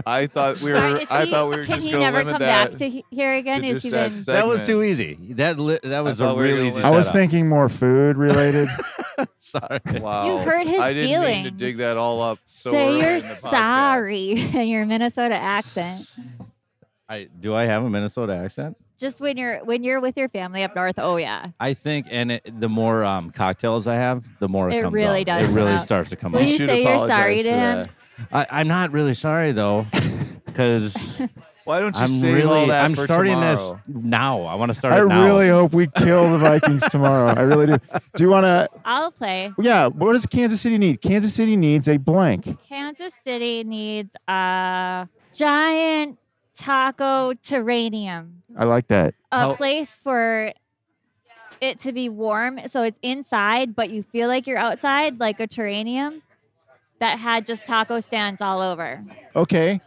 S2: I thought we were.
S4: Right, is
S2: I
S4: he-
S2: thought we were
S4: can
S2: just
S4: he
S2: going
S4: never
S2: limit
S4: come
S2: that
S4: back to he- here again?
S2: to
S4: Is
S2: just
S4: he
S2: that
S4: been?
S3: That was
S2: segment.
S3: too easy. That li- that was a
S2: thought we were
S3: real
S2: gonna
S3: easy.
S2: let-
S1: I was
S3: setup.
S1: thinking more food related.
S3: Sorry.
S2: Wow!
S4: hurt his
S2: I didn't mean to
S4: feelings.
S2: dig that all up. So
S4: Say
S2: early
S4: you're
S2: in the podcast.
S4: sorry in your Minnesota accent.
S3: I, do I have a Minnesota accent?
S4: Just when you're when you're with your family up north. Oh yeah,
S3: I think, and it, the more um, cocktails I have, the more it,
S4: It
S3: comes
S4: really
S3: out.
S4: does
S3: It
S4: come
S3: really
S4: out.
S3: starts to come
S4: Will
S3: out.
S4: you
S2: should
S4: say you're
S2: apologize
S4: sorry to
S2: for
S4: him?
S2: that.
S3: I, I'm not really sorry though, because
S2: Why don't you
S3: I'm
S2: save
S3: really
S2: all that
S3: I'm
S2: for
S3: starting this
S2: tomorrow?
S3: now. I want to start.
S1: I
S3: it now.
S1: really hope we kill the Vikings tomorrow. I really do. Do you want to?
S4: I'll play.
S1: Yeah. What does Kansas City need? Kansas City needs a blank.
S4: Kansas City needs a giant taco terrarium,
S1: I like that.
S4: a
S3: How-
S4: place for it to be warm, so it's inside, but you feel like you're outside, like a terrarium that had just taco stands all over.
S1: Okay.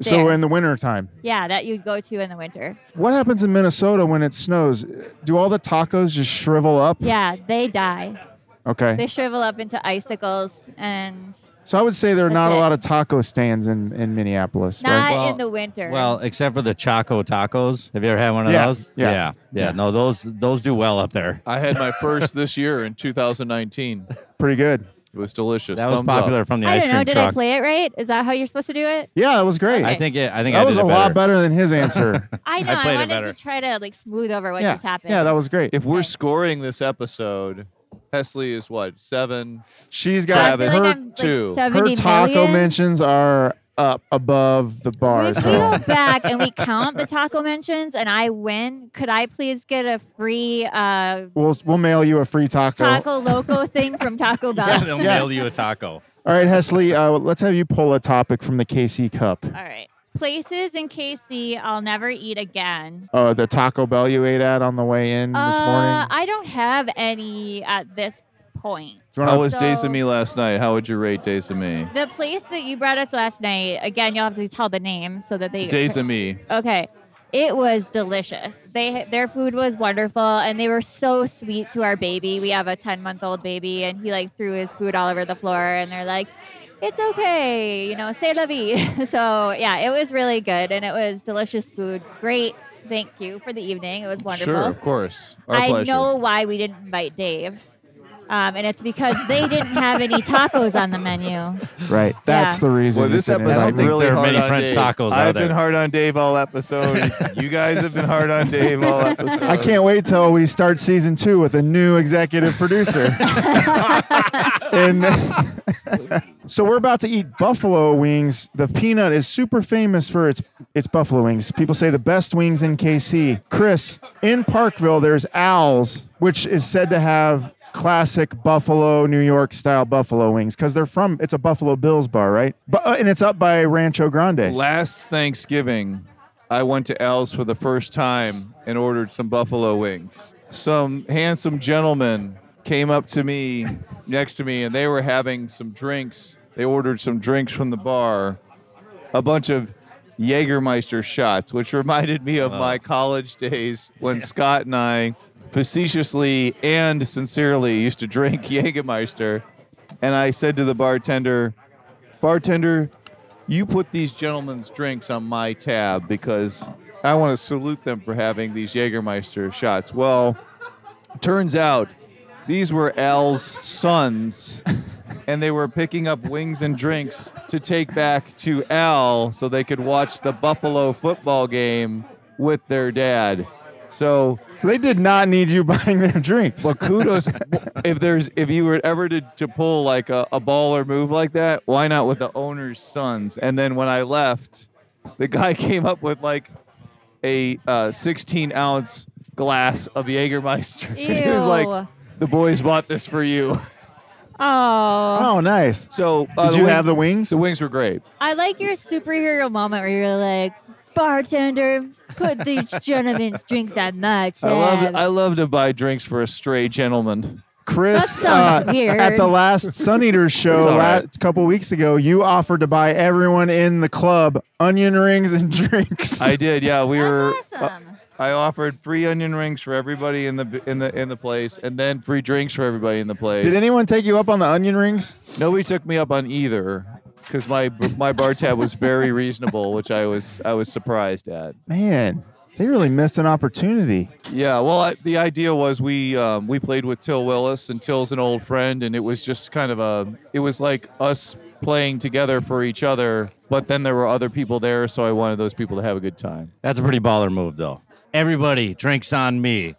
S1: So
S4: There.
S1: in the wintertime.
S4: Yeah, that you'd go to in the winter.
S1: What happens in Minnesota when it snows? Do all the tacos just shrivel up?
S4: Yeah, they die.
S1: Okay.
S4: They shrivel up into icicles and
S1: So I would say there are
S4: That's
S1: not a
S4: it.
S1: lot of taco stands in, in Minneapolis,
S4: not
S1: right?
S3: Well-
S4: in the winter.
S3: Well, except for the Choco Tacos. Have you ever had one of
S1: Yeah,
S3: those?
S1: yeah,
S3: yeah. yeah.
S1: yeah.
S3: No, those those do well up there.
S2: I had my first this year in 2019.
S1: Pretty good.
S2: It was delicious.
S3: That was
S2: Thumbs up.
S3: popular from the
S4: I
S3: ice
S4: don't know.
S3: cream
S4: Did I
S3: truck.
S4: play it right? Is that how you're supposed to do it?
S1: Yeah, that was great.
S3: I think it. I think I
S1: that
S3: did
S1: was
S3: it
S1: a lot
S3: better.
S1: better than his answer.
S4: I know. I,
S3: played it
S4: wanted
S3: better.
S4: to try to like smooth over what
S1: yeah.
S4: just happened.
S1: Yeah, that was great.
S2: If we're scoring this episode, Hesley is what seven?
S1: She's
S4: So I
S1: got
S4: feel
S2: Travis,
S4: like
S1: her,
S4: I'm, like,
S2: too.
S1: her
S4: 70
S1: taco
S4: million.
S1: mentions are up above the
S4: Well,
S1: bar.
S4: If we go
S1: So
S4: back and we count the taco mentions and I win, could I please get a free uh,
S1: we'll we'll mail you a free taco.
S4: Taco Loco thing from Taco Bell?
S3: Yeah, they'll
S1: Yeah.
S3: mail you a taco.
S1: All right, Hesley, uh, let's have you pull a topic from the KC Cup.
S4: All right. Places in KC I'll never eat again.
S1: Uh, the Taco Bell you ate at on the way in Mm, this
S4: Uh,
S1: morning.
S4: I don't have any at this point.
S1: Do you wanna-
S2: How was Days
S4: So-
S2: of Me last night? How would you rate Days of Me?
S4: The place that you brought us last night, again, you'll have to tell the name so that they.
S2: Days of Me.
S4: Okay. It was delicious. They their food was wonderful and they were so sweet to our baby. We have a 10-month-old baby and he like threw his food all over the floor and they're like, "It's okay, you know, say la vie." so, yeah, it was really good and it was delicious food. Great. Thank you for the evening. It was wonderful.
S2: Sure, of course. Our
S4: I
S2: pleasure.
S4: know why we didn't invite Dave. Um, and it's because they didn't have any tacos on the menu.
S1: right. That's
S4: Yeah.
S1: the reason.
S2: Well,
S1: you
S2: this
S1: didn't
S2: episode
S1: invite me.
S3: think
S2: really
S3: there are
S2: hard
S3: many
S2: on
S3: French
S2: Dave.
S3: tacos out
S2: I've been
S3: there.
S2: hard on Dave all episode. you guys have been hard on Dave all episode.
S1: I can't wait till we start season two with a new executive producer. and so we're about to eat buffalo wings. The peanut is super famous for its its buffalo wings. People say the best wings in KC. Chris, in Parkville, there's Al's, which is said to have classic buffalo new york style buffalo wings because they're from it's a buffalo bills bar right but uh, and it's up by rancho grande
S2: Last Thanksgiving, I went to Al's for the first time and ordered some buffalo wings. Some handsome gentleman came up to me next to me and they were having some drinks. They ordered some drinks from the bar, a bunch of Jägermeister shots, which reminded me of my college days when Scott and I facetiously and sincerely used to drink Jägermeister. And I said to the bartender, Bartender, you put these gentlemen's drinks on my tab because I want to salute them for having these Jägermeister shots. Well, turns out these were Al's sons, and they were picking up wings and drinks to take back to Al so they could watch the Buffalo football game with their dad. So
S1: so they did not need you buying their drinks
S2: well, kudos if there's if you were ever to, to pull like a, a baller move like that, why not with the owner's sons? And then when I left, the guy came up with like a uh, 16 ounce glass of Jägermeister. he was like,
S4: Ew.
S2: the boys bought this for you.
S4: Oh,
S1: Oh, nice.
S2: So uh,
S1: Did you
S2: wing-
S1: have the wings?
S2: The wings were great.
S4: I like your superhero moment where you're like, bartender, put these gentlemen's drinks on my tab.
S2: I love I love to buy drinks for a stray gentleman.
S1: Chris,
S4: That sounds
S1: uh,
S4: weird.
S1: at the last Sun Eaters show
S2: It's all
S1: last,
S2: right.
S1: couple weeks ago, you offered to buy everyone in the club onion rings and drinks.
S2: I did, yeah. We
S4: That's
S2: were.
S4: awesome.
S2: I offered free onion rings for everybody in the in the in the place, and then free drinks for everybody in the place.
S1: did anyone take you up on the onion rings?
S2: Nobody took me up on either, because my my bar tab was very reasonable, which I was I was surprised at.
S1: Man, they really missed an opportunity.
S2: Yeah, well, I, the idea was we um, we played with Till Willis, and Till's an old friend, and it was just kind of a it was like us playing together for each other. But then there were other people there, so I wanted those people to have a good time.
S3: That's a pretty baller move, though. Everybody drinks on me.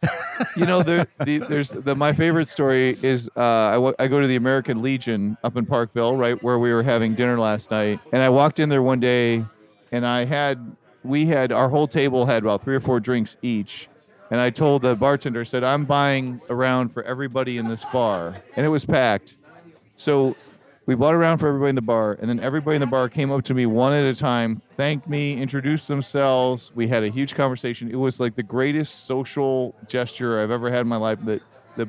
S2: You know, there, the, there's the my favorite story is uh, I wa- I go to the American Legion up in Parkville, right where we were having dinner last night, and I walked in there one day, and I had we had our whole table had about three or four drinks each. And I told the bartender, said, I'm buying a round for everybody in this bar. And it was packed. So we bought a round for everybody in the bar, and then everybody in the bar came up to me one at a time, thanked me, introduced themselves. We had a huge conversation. It was like the greatest social gesture I've ever had in my life. The, the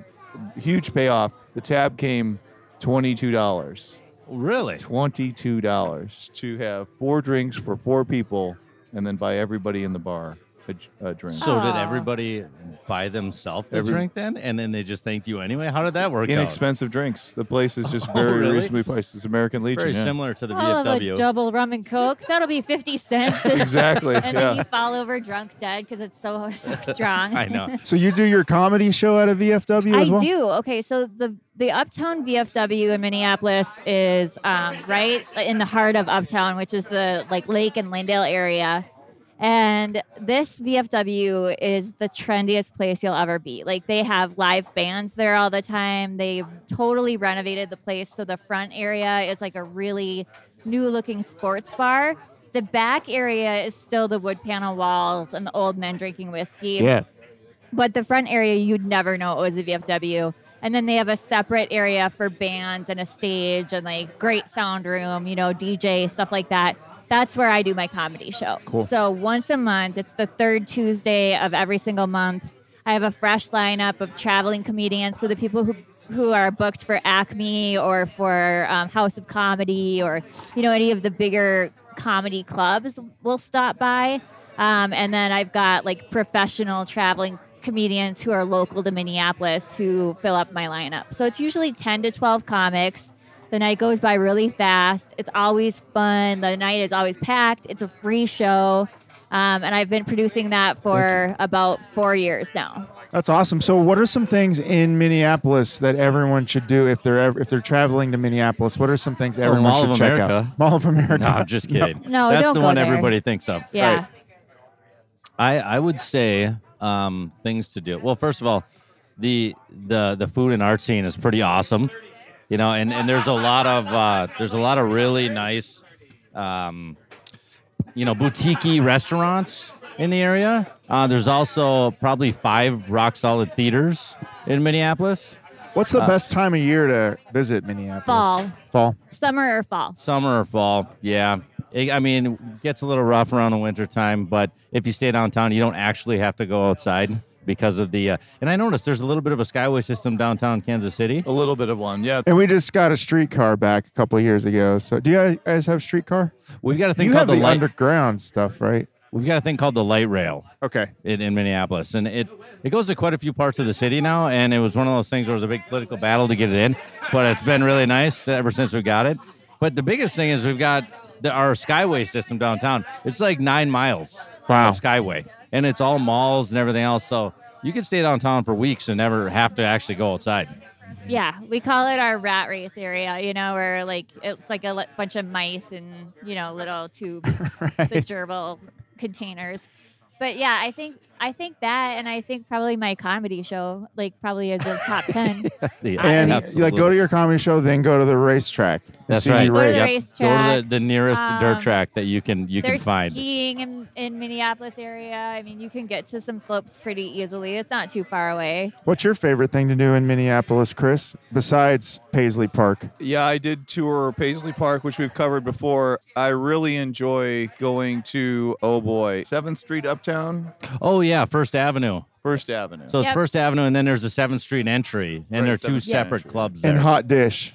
S2: huge payoff. The tab came twenty-two dollars.
S3: really?
S2: Twenty-two dollars to have four drinks for four people, and then buy everybody in the bar a, j- a drink.
S3: So did
S4: Aw.
S3: everybody buy themselves the
S2: Every-
S3: drink then, and then they just thanked you anyway? How did that work out?
S2: Inexpensive drinks. The place is just
S3: Oh,
S2: very
S3: really?
S2: reasonably priced. It's American Legion.
S3: Very
S2: yeah.
S3: similar to the
S4: I'll have a
S3: VFW.
S4: Oh, double rum and coke. That'll be 50 cents.
S2: Exactly.
S4: and
S2: yeah.
S4: then you fall over drunk dead because it's so, so strong.
S3: I know.
S1: So you do your comedy show out of VFW as
S4: I
S1: well?
S4: do. Okay, so the the Uptown VFW in Minneapolis is um, right in the heart of Uptown, which is the like Lake and Lindale area. And this VFW is the trendiest place you'll ever be. Like they have live bands there all the time. They totally renovated the place so the front area is like a really new looking sports bar. The back area is still the wood panel walls and the old men drinking whiskey.
S1: Yeah.
S4: But the front area, you'd never know it was a VFW. And then they have a separate area for bands and a stage and like great sound room, you know, DJ, stuff like that. That's where I do my comedy show.
S1: Cool.
S4: So once a month, it's the third Tuesday of every single month. I have a fresh lineup of traveling comedians. So the people who who are booked for Acme or for um, House of Comedy or you know any of the bigger comedy clubs will stop by. Um, and then I've got like professional traveling comedians who are local to Minneapolis who fill up my lineup. So it's usually 10 to 12 comics. The night goes by really fast. It's always fun. The night is always packed. It's a free show. Um, and I've been producing that for about four years now.
S1: That's awesome. So what are some things in Minneapolis that everyone should do if they're ever, if they're traveling to Minneapolis? What are some things everyone
S3: Oh, Mall
S1: should
S3: of
S1: check
S3: America.
S1: out? Mall of America.
S3: No, I'm just kidding.
S4: No,
S3: that's
S4: don't
S3: the
S4: go
S3: one
S4: there.
S3: everybody thinks of.
S4: Yeah.
S3: Right. I I would say um, things to do. Well, first of all, the the the food and art scene is pretty awesome. You know, and and there's a lot of uh, there's a lot of really nice, um, you know, boutique restaurants in the area. Uh, there's also probably five rock solid theaters in Minneapolis.
S1: What's the best time of year to visit Minneapolis?
S4: Fall.
S1: Fall.
S4: Summer or fall.
S3: summer or fall. Yeah. It- I mean, it gets a little rough around the winter time, but if you stay downtown, you don't actually have to go outside because of the. Uh, and I noticed there's a little bit of a skyway system downtown Kansas City.
S1: Oh,
S2: A little bit of one, yeah.
S1: And we just got a streetcar back a couple of years ago. So do you guys have streetcar?
S3: We've got a thing
S1: You have
S3: called
S1: the,
S3: the light.
S1: underground stuff, right?
S3: we've got a thing called the light rail
S1: Okay.
S3: in, in Minneapolis, and it it goes to quite a few parts of the city now. And it was one of those things where it was a big political battle to get it in, but it's been really nice ever since we got it. But the biggest thing is we've got the, our skyway system downtown. It's like nine miles
S1: Wow.
S3: of skyway, and it's all malls and everything else. So you could stay downtown for weeks and never have to actually go outside.
S4: Yeah, we call it our rat race area, you know, where like it's like a li- bunch of mice and, you know, little tubes, the gerbil containers. But yeah, I think I think that, and I think probably my comedy show, like probably is a top ten.
S3: Yeah,
S4: I
S1: and
S4: mean-
S1: you, like go to your comedy show, then go to the racetrack. and
S3: That's
S1: see
S3: right.
S1: you
S4: Go to the
S1: race.
S3: Go to
S4: racetrack.
S3: the, the nearest dirt
S4: Um,
S3: track that you can you can
S4: There's
S3: find.
S4: skiing in, in Minneapolis area. I mean, you can get to some slopes pretty easily. It's not too far away.
S1: What's your favorite thing to do in Minneapolis, Chris? Besides Paisley Park,
S2: Yeah, I did tour Paisley Park, which we've covered before. I really enjoy going to, oh boy, 7th Street Uptown,
S3: Oh yeah, First Avenue.
S2: First Avenue.
S3: So it's
S4: Yep.
S3: First Avenue, and then there's the Seventh Street entry, and
S2: Right,
S3: there are two
S2: 7th Street
S3: separate
S2: entry, yeah.
S3: clubs there.
S1: and Hot Dish.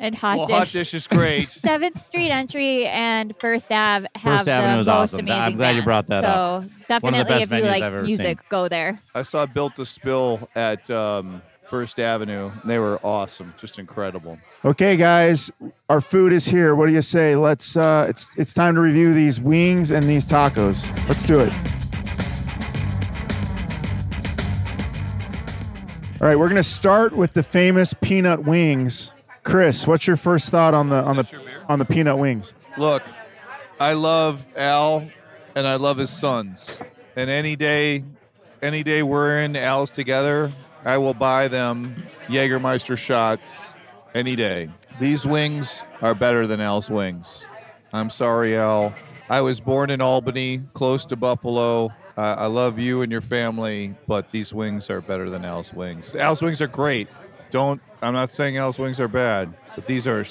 S4: And hot
S2: well,
S4: dish.
S2: Hot Dish is great.
S4: Seventh Street entry and First Ave have
S3: Avenue
S4: the
S3: is
S4: most
S3: awesome.
S4: amazing.
S3: I'm glad you brought that up.
S4: bands.
S3: of
S4: So
S3: the
S4: definitely,
S3: best
S4: if you
S3: venues I've
S4: like
S3: ever
S4: music, go there.
S2: I saw Built to Spill at um, First Avenue. They were awesome, just incredible.
S1: Okay, guys, our food is here. What do you say? Let's. Uh, it's it's time to review these wings and these tacos. Let's do it. All right, we're gonna start with the famous peanut wings. Chris, what's your first thought on the on the on the peanut wings?
S2: Look, I love Al and I love his sons. And any day, any day we're in Al's together, I will buy them Jägermeister shots any day. These wings are better than Al's wings. I'm sorry, Al. I was born in Albany, close to Buffalo. I I love you and your family, but these wings are better than Al's wings. Al's wings are great. Don't, I'm not saying Al's wings are bad, but these are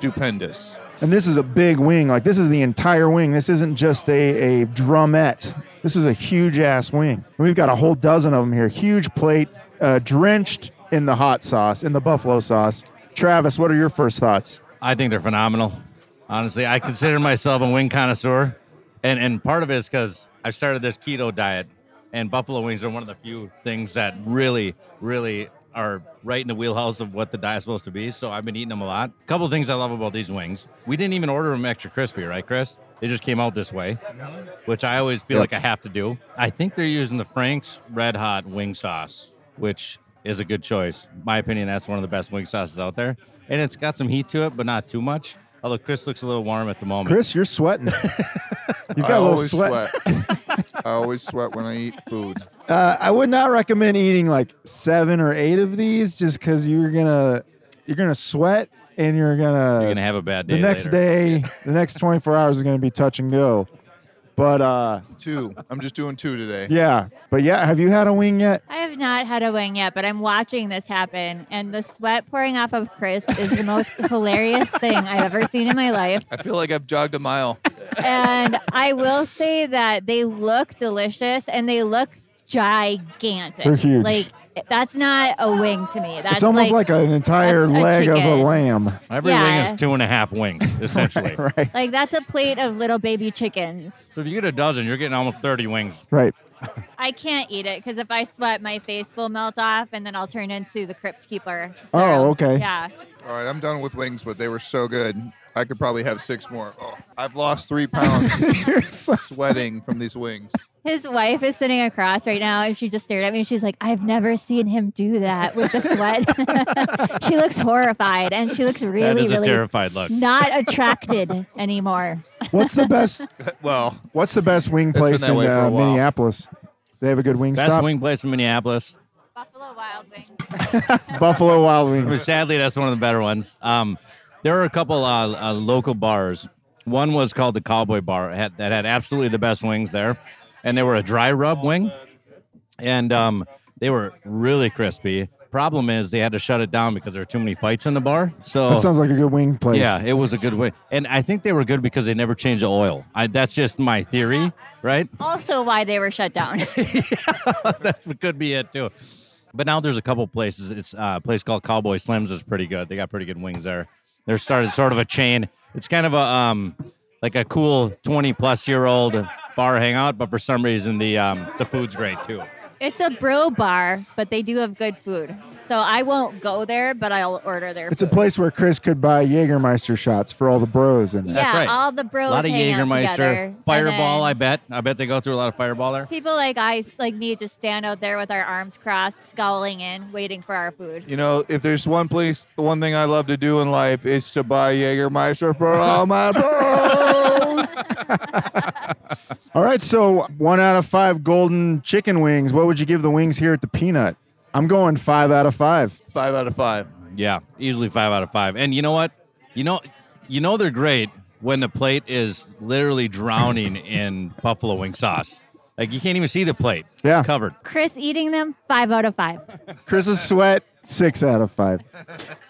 S2: stupendous.
S1: And this is a big wing. Like this is the entire wing. This isn't just a, a drumette. This is a huge ass wing. We've got a whole dozen of them here. Huge plate, uh, drenched in the hot sauce, in the buffalo sauce. Travis, what are your first thoughts?
S3: I think they're phenomenal. Honestly, I consider myself a wing connoisseur, and and part of it is because I started this keto diet, and buffalo wings are one of the few things that really, really are right in the wheelhouse of what the diet's supposed to be. So I've been eating them a lot. A couple things I love about these wings: we didn't even order them extra crispy, right, Chris? They just came out this way, which I always feel like I have to do. I think they're using the Frank's Red Hot wing sauce, which is a good choice. My opinion, that's one of the best wing sauces out there. And it's got some heat to it, but not too much. Although Chris looks a little warm at the moment.
S1: Chris, you're sweating. You've
S6: I
S1: got a little
S6: always
S1: sweat.
S6: I always sweat when I eat food.
S1: Uh, I would not recommend eating like seven or eight of these, just because you're gonna you're gonna sweat and you're gonna
S3: You're gonna have a bad day.
S1: the next
S3: later.
S1: day, the next 24 hours is gonna be touch and go. But uh,
S6: Two. I'm just doing two today.
S1: yeah, but yeah, have you had a wing yet?
S4: I have not had a wing yet, but I'm watching this happen, and the sweat pouring off of Chris is the most hilarious thing I've ever seen in my life.
S2: I feel like I've jogged a mile.
S4: And I will say that they look delicious, and they look gigantic.
S1: They're huge.
S4: Like that's not a wing to me. That's
S1: it's almost like, an entire
S4: that's a
S1: leg of a
S4: chicken.
S1: lamb,
S3: Every wing
S4: Yeah.
S3: is two and a half wings, essentially.
S1: right?
S4: like that's a plate of little baby chickens.
S3: So if you get a dozen, you're getting almost 30 wings.
S1: Right.
S4: I can't eat it because if I sweat, my face will melt off, and then I'll turn into the crypt keeper. So,
S1: Oh, okay.
S4: Yeah,
S6: All right, I'm done with wings, but they were so good. I could probably have six more. Oh, I've lost three pounds sweating from these wings.
S4: his wife is sitting across right now, and she just stared at me. She's like, "I've never seen him do that with the sweat." she looks horrified, and she looks
S3: that
S4: really,
S3: is a
S4: really
S3: terrified look.
S4: not attracted anymore.
S1: What's the best?
S2: Well,
S1: What's the best wing
S2: been
S1: place
S2: that
S1: in
S2: way for
S1: uh,
S2: a while.
S1: Minneapolis? They have a good wing
S3: Best
S1: stop.
S3: wing place in Minneapolis.
S4: Buffalo Wild Wings.
S1: Buffalo Wild
S3: But
S1: Wings.
S3: sadly, that's one of the better ones. Um, there are a couple uh, uh, local bars. One was called the Cowboy Bar it had, that had absolutely the best wings there, and they were a dry rub wing, and um, they were really crispy. Problem is, they had to shut it down because there were too many fights in the bar. So
S1: That sounds like a good wing place.
S3: yeah, it was a good way, and I think they were good because they never changed the oil. I, that's just my theory, right?
S4: Also, why they were shut down.
S3: that could be it too. But now there's a couple places. It's uh, a place called Cowboy Slims is pretty good. They got pretty good wings there. They're started sort of a chain. It's kind of a um like a cool 20 plus year old bar hangout, but for some reason the um the food's great too.
S4: It's a bro bar, but they do have good food. So I won't go there, but I'll order their
S1: It's a
S4: food.
S1: place where Chris could buy Jägermeister shots for all the bros in there.
S4: Yeah,
S3: right.
S4: all the bros
S3: a lot of
S4: hang out together.
S3: Jägermeister,
S4: And
S3: Fireball. I
S4: then
S3: bet. I bet they go through a lot of Fireball there.
S4: People like I, like me, just stand out there with our arms crossed, scowling in, waiting for our food.
S2: you know, if there's one place, one thing I love to do in life is to buy Jägermeister for all my bros.
S1: All right, so one out of five golden chicken wings. What would you give the wings here at the Peanut? I'm going five out of five.
S2: Five out of five.
S3: Yeah, easily five out of five. And you know what? You know, you know they're great when the plate is literally drowning in buffalo wing sauce. Like you can't even see the plate.
S1: Yeah.
S3: It's covered.
S4: Chris eating them, five out of five.
S1: Chris's sweat, six out of five.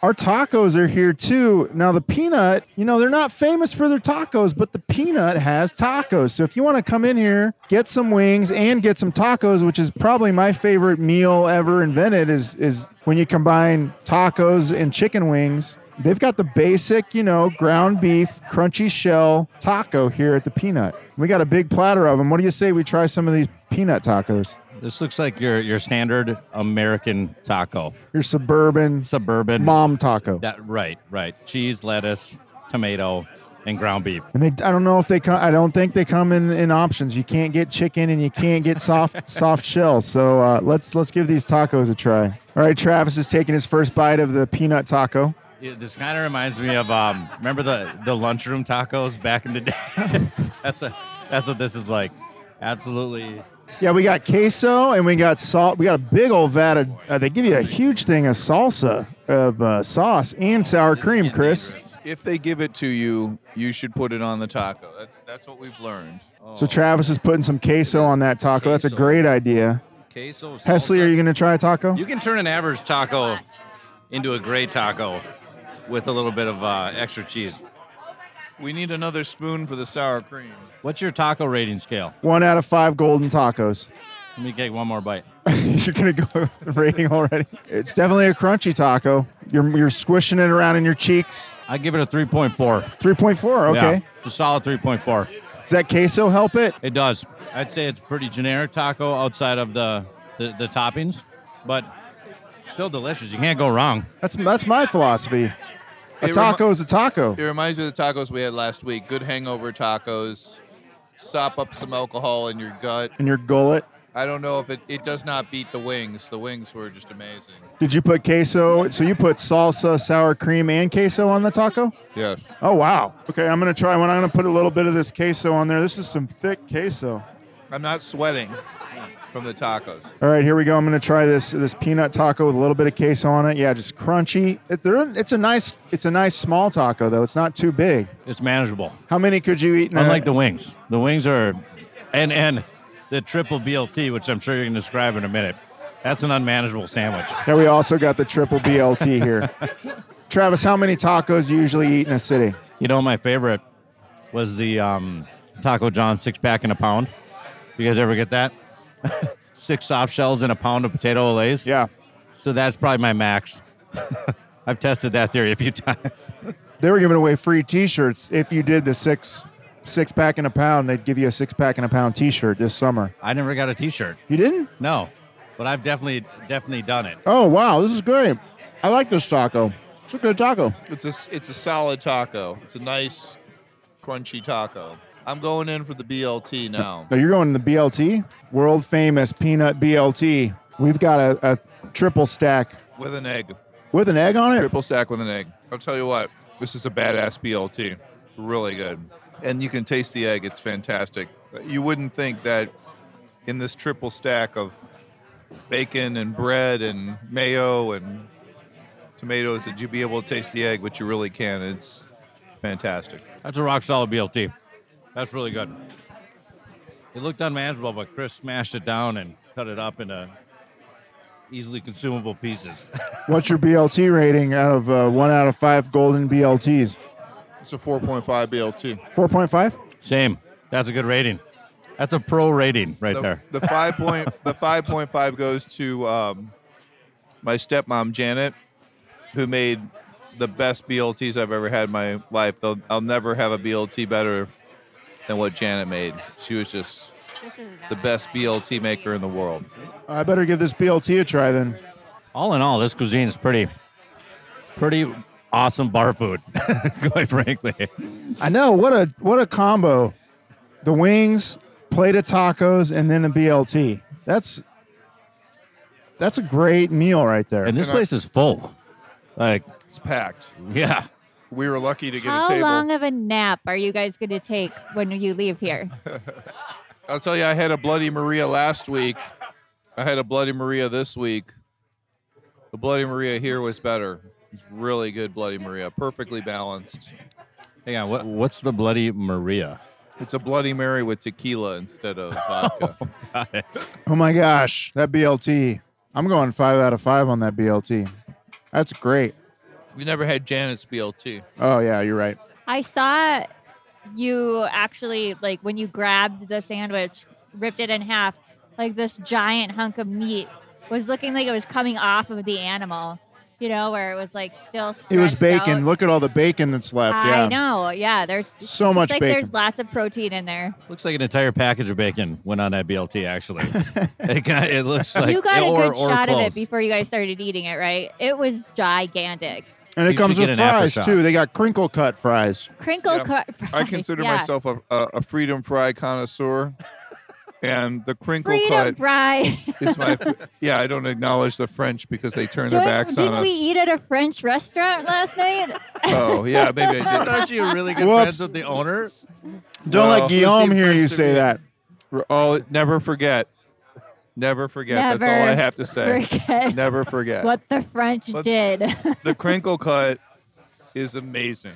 S1: Our tacos are here too. Now, the peanut, you know, they're not famous for their tacos, but the peanut has tacos. So if you want to come in here, get some wings and get some tacos, which is probably my favorite meal ever invented, is is when you combine tacos and chicken wings. They've got the basic, you know, ground beef, crunchy shell taco here at the peanut. We got a big platter of them. What do you say we try some of these peanut tacos?
S3: This looks like your your standard American taco,
S1: Your suburban
S3: suburban.
S1: mom taco.
S3: That right, right. Cheese, lettuce, tomato, and ground beef.
S1: And they, I don't know if they come. I don't think they come in, in options. You can't get chicken and you can't get soft soft shell. So uh, let's let's give these tacos a try. All right, Travis is taking his first bite of the peanut taco.
S3: Yeah, this kind of reminds me of um, remember the the lunchroom tacos back in the day. that's a that's what this is like. Absolutely.
S1: Yeah, we got queso and we got salt. We got a big old vat of. Uh, they give you a huge thing of salsa of uh, sauce and sour cream, Chris.
S2: If they give it to you, you should put it on the taco. That's that's what we've learned. Oh,
S1: So Travis is putting some queso on that taco. That's a
S3: Queso.
S1: great idea.
S3: Queso.
S1: Hesley, are you going to try a taco?
S3: You can turn an average taco into a great taco with a little bit of uh, extra cheese.
S2: We need another spoon for the sour cream.
S3: What's your taco rating scale?
S1: One out of five golden tacos.
S3: Let me take one more bite.
S1: You're gonna go rating already. It's definitely a crunchy taco. You're you're squishing it around in your cheeks.
S3: I give it a 3.4.
S1: Three point four.
S3: Yeah,
S1: Okay.
S3: it's a solid 3.4.
S1: Does that queso help it?
S3: It does. I'd say it's pretty generic taco outside of the, the, the toppings, but still delicious. You can't go wrong.
S1: That's that's my philosophy. A
S2: It
S1: taco is a taco.
S2: It reminds me of the tacos we had last week. Good hangover tacos. Sop up some alcohol in your gut.
S1: And your gullet.
S2: I don't know if it, it does not beat the wings. The wings were just amazing.
S1: Did you put queso? So you put salsa, sour cream, and queso on the taco?
S2: Yes.
S1: Oh wow. Okay, I'm gonna try one. I'm gonna put a little bit of this queso on there. This is some thick queso.
S2: I'm not sweating from the tacos.
S1: All right, here we go. I'm gonna try this this peanut taco with a little bit of queso on it. Yeah, just crunchy. It, they're- it's a nice it's a nice small taco though. It's not too big.
S3: It's manageable.
S1: How many could you eat? In
S3: Unlike
S1: a,
S3: the wings, the wings are, and and the triple BLT, which I'm sure you can describe in a minute. That's an unmanageable sandwich.
S1: the. we also got the triple BLT here. Travis, how many tacos you usually eat in a city?
S3: You know, my favorite was the um, Taco John six pack and a pound. You guys ever get that? six soft shells and a pound of potato olays.
S1: Yeah,
S3: So that's probably my max. I've tested that theory a few times.
S1: they were giving away free T-shirts if you did the six six pack and a pound. They'd give you a six pack and a pound T-shirt this summer.
S3: I never got a T-shirt.
S1: You didn't?
S3: No, but I've definitely definitely done it.
S1: Oh wow, this is great. I like this taco. It's a good taco.
S2: It's a s- it's a solid taco. It's a nice, crunchy taco. I'm going in for the BLT now.
S1: No, you're going to the BLT, world famous peanut BLT. We've got a, a triple stack
S2: with an egg.
S1: with an egg on it.
S2: Triple stack with an egg. I'll tell you what, this is a badass BLT. It's really good. And you can taste the egg. It's fantastic. You wouldn't think that in this triple stack of bacon and bread and mayo and tomatoes that you'd be able to taste the egg, but you really can. It's fantastic.
S3: That's a rock solid BLT. That's really good. It looked unmanageable, but Chris smashed it down and cut it up into easily consumable pieces.
S1: What's your BLT rating out of uh, one out of five golden BLTs?
S2: It's a 4.5 BLT.
S1: 4.5?
S3: Same. That's a good rating. That's a pro rating right
S2: the,
S3: there.
S2: the five point the five point five goes to um, my stepmom Janet, who made the best BLTs I've ever had in my life. They'll, I'll never have a BLT better than what Janet made. She was just
S4: This is
S2: the best BLT maker in the world.
S1: I better give this BLT a try then.
S3: All in all, this cuisine is pretty, pretty awesome bar food, quite frankly.
S1: I know what a what a combo. The wings, plate of tacos, and then a BLT. That's that's a great meal right there.
S3: And this place is full. Like,
S2: It's packed.
S3: yeah.
S2: We were lucky to get a
S4: How
S2: table.
S4: long of a nap are you guys going to take when you leave here?
S2: I'll tell you, I had a Bloody Maria last week. I had a Bloody Maria this week. The Bloody Maria here was better. It's really good Bloody Maria, perfectly balanced.
S3: Hang on, what, what's the bloody Maria?
S2: It's a Bloody Mary with tequila instead of vodka.
S3: Got it.
S1: Oh my gosh, that BLT. I'm going five out of five on that BLT. That's great.
S2: we never had Janet's BLT.
S1: Oh yeah, you're right.
S4: I saw you actually like when you grabbed the sandwich, ripped it in half, like this giant hunk of meat was looking like it was coming off of the animal, you know, where it was like still
S1: It was
S4: stretched
S1: bacon.
S4: out.
S1: Look at all the bacon that's left. yeah.
S4: I know. Yeah, there's
S1: So much
S4: it's like
S1: bacon.
S4: there's lots of protein in there.
S3: Looks like an entire package of bacon went on that BLT. Actually, it, got, it looks like
S4: you got
S3: or,
S4: a good
S3: or
S4: shot of
S3: close.
S4: it before you guys started eating it, right? It was gigantic.
S1: And
S3: You
S1: it
S3: should
S1: comes with
S3: get an
S1: fries
S3: aftershock.
S1: too. They got crinkle cut fries.
S4: Crinkle
S2: Yeah.
S4: cut fries.
S2: I consider
S4: yeah.
S2: myself a, a, a freedom fry connoisseur, and the crinkle
S4: freedom
S2: cut
S4: fry.
S2: is my. Yeah, I don't acknowledge the French because they turn their
S4: Did,
S2: backs on
S4: did
S2: us.
S4: we eat at a French restaurant last night?
S2: Oh yeah, maybe I did.
S3: Aren't you really good
S1: Whoops.
S3: friends with the owner?
S1: Don't
S2: Oh,
S1: let Guillaume
S2: Lucy
S1: hear you
S2: Prince
S1: say
S2: Review.
S1: that.
S2: Re- Oh, never forget. Never forget. That's all I
S4: Never
S2: have to say.
S4: Forget
S2: Never forget.
S4: what the French
S2: What-
S4: did.
S2: The crinkle cut is amazing.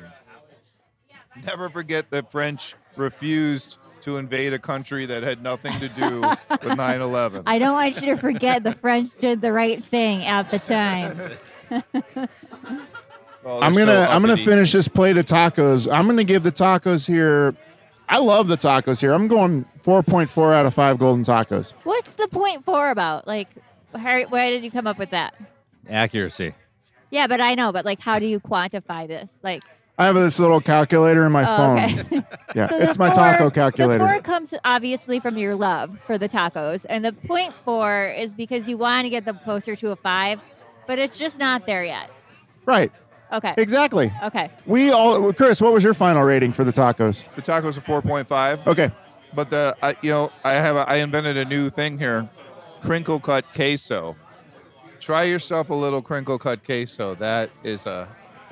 S2: Never forget that French refused to invade a country that had nothing to do with 9 11.
S4: I don't want you to forget the French did the right thing at the time.
S3: Oh,
S1: I'm gonna I'm gonna finish this plate of tacos. I'm gonna give the tacos here. I love the tacos here. I'm going 4.4 out of five golden tacos.
S4: What's the point four about? Like, how, why did you come up with that?
S3: Accuracy.
S4: Yeah, but I know. But like, how do you quantify this? Like,
S1: I have this little calculator in my
S4: oh,
S1: phone.
S4: okay.
S1: Yeah,
S4: So the
S1: it's my
S4: four-
S1: taco
S4: The four
S1: calculator.
S4: comes obviously from your love for the tacos, and the point four is because you want to get them closer to a five, but it's just not there yet.
S1: Right,
S4: Okay.
S1: exactly.
S4: Okay.
S1: We all, Chris, what was your final rating for the tacos?
S2: The tacos are 4.5,
S1: Okay,
S2: but the I, you know I have a, I invented a new thing here, crinkle cut queso. Try yourself a little crinkle cut queso. That is a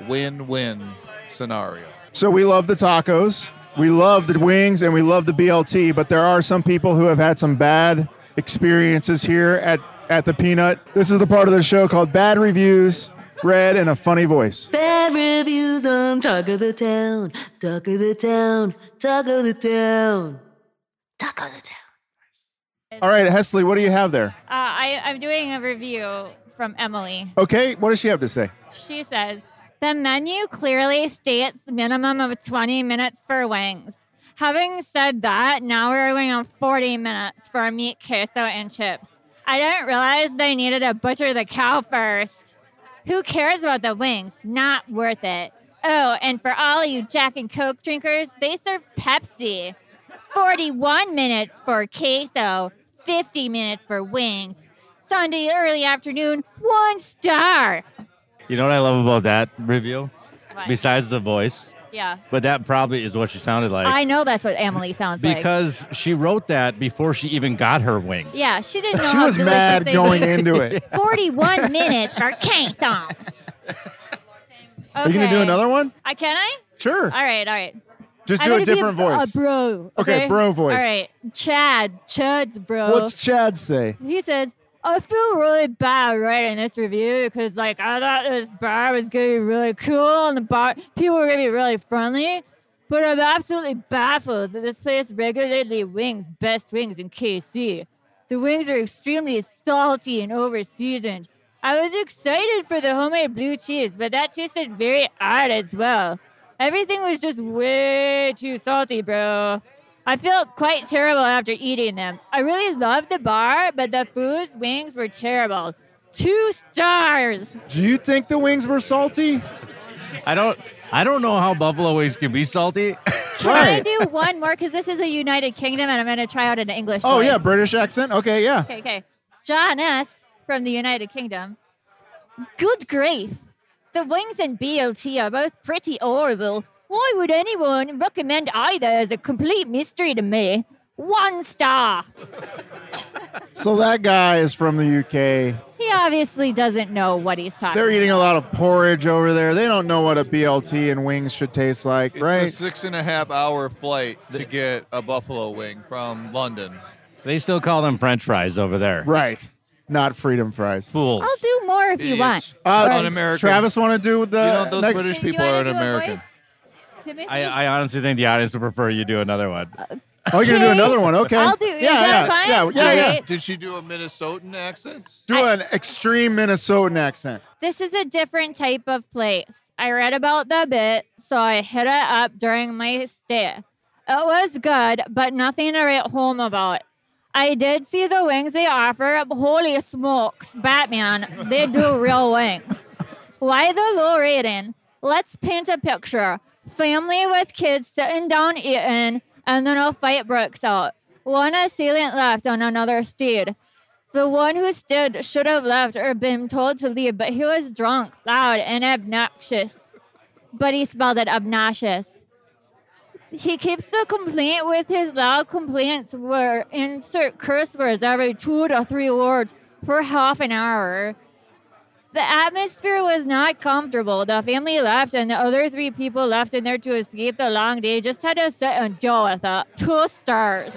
S2: win-win scenario.
S1: so we love the tacos, we love the wings, and we love the BLT. But there are some people who have had some bad experiences here at at the Peanut. This is the part of the show called Bad Reviews, read in a funny voice.
S7: Bad reviews on Talk of the Town, Talk of the Town, Talk of the Town, Talk of the Town.
S1: All right, Hesley, what do you have there?
S4: Uh, I, I'm doing a review from Emily.
S1: Okay, what does she have to say?
S4: She says, The menu clearly states minimum of 20 minutes for wings. Having said that, now we're going on 40 minutes for meat, queso, and chips. I didn't realize they needed to butcher the cow first. Who cares about the wings? Not worth it. Oh, and for all you Jack and Coke drinkers, they serve Pepsi. 41 minutes for queso, 50 minutes for wings. Sunday early afternoon, one star.
S3: You know what I love about that review? Besides the voice,
S4: Yeah.
S3: but that probably is what she sounded like.
S4: I know that's what Emily sounds like.
S3: because she wrote that before she even got her wings.
S4: Yeah, she didn't know.
S1: She
S4: how
S1: was
S4: delicious
S1: mad
S4: they
S1: going
S4: were.
S1: into it.
S4: 41 minutes for Kang song.
S1: Are you gonna do another one?
S4: I can I?
S1: Sure.
S4: All right, all right.
S1: Just
S4: I'm
S1: do a
S4: gonna be
S1: different voice.
S4: A bro.
S1: Okay,
S4: Okay,
S1: bro voice.
S4: All right, Chad. Chad's bro.
S1: What's Chad say?
S4: he says, I feel really bad writing this review because, like, I thought this bar was going to be really cool and the bar people were going to be really friendly. But I'm absolutely baffled that this place regularly wings best wings in KC. The wings are extremely salty and over seasoned. I was excited for the homemade blue cheese, but that tasted very odd as well. Everything was just way too salty, bro. I felt quite terrible after eating them. I really loved the bar, but the food's wings were terrible. Two stars.
S1: Do you think the wings were salty?
S3: I don't. I don't know how buffalo wings can be salty.
S4: Can I
S1: Right.
S4: do one more? Because this is a United Kingdom, and I'm going to try out an English.
S1: Oh
S4: voice.
S1: yeah, British accent. Okay, yeah.
S4: Okay, okay. John S. from the United Kingdom. Good grief. The wings and BLT are both pretty horrible. Why would anyone recommend either is a complete mystery to me. One star.
S1: So that guy is from the UK.
S4: He obviously doesn't know what he's talking.
S1: They're eating a
S4: about.
S1: lot of porridge over there. They don't know what a BLT and wings should taste like,
S2: It's a
S1: right?
S2: six and a half hour flight to get a buffalo wing from London.
S3: They still call them French fries over there.
S1: right. Not freedom fries.
S3: Fools.
S4: I'll do more if you want.
S1: Uh,
S2: on America.
S1: Travis want to do the
S2: You know, those
S1: next?
S2: British
S4: Hey, you
S2: people
S4: wanna
S2: are an
S4: do a
S2: American.
S4: voice? Timothy?
S3: I, I honestly think the audience would prefer you do another one.
S1: oh, you're gonna do
S4: Okay.
S1: another one? Okay.
S4: I'll do.
S1: Yeah,
S4: is
S1: yeah,
S4: that fine?
S1: yeah, yeah, yeah.
S4: Alright.
S2: Did she do a Minnesotan accent?
S1: Do an extreme Minnesotan accent.
S4: This is a different type of place. I read about the bit, so I hit it up during my stay. It was good, but nothing to write home about. I did see the wings they offer. but Holy smokes, Batman, they do real wings. Why the low rating? Let's paint a picture. Family with kids sitting down eating, and then a fight breaks out. One assailant left on another steed. The one who stood should have left or been told to leave, but he was drunk, loud, and obnoxious. But he spelled it obnoxious. He keeps the complaint with his loud complaints where insert curse words every two to three words for half an hour. The atmosphere was not comfortable. The family left, and the other three people left in there to escape the long day just had to sit and deal with it. Two stars.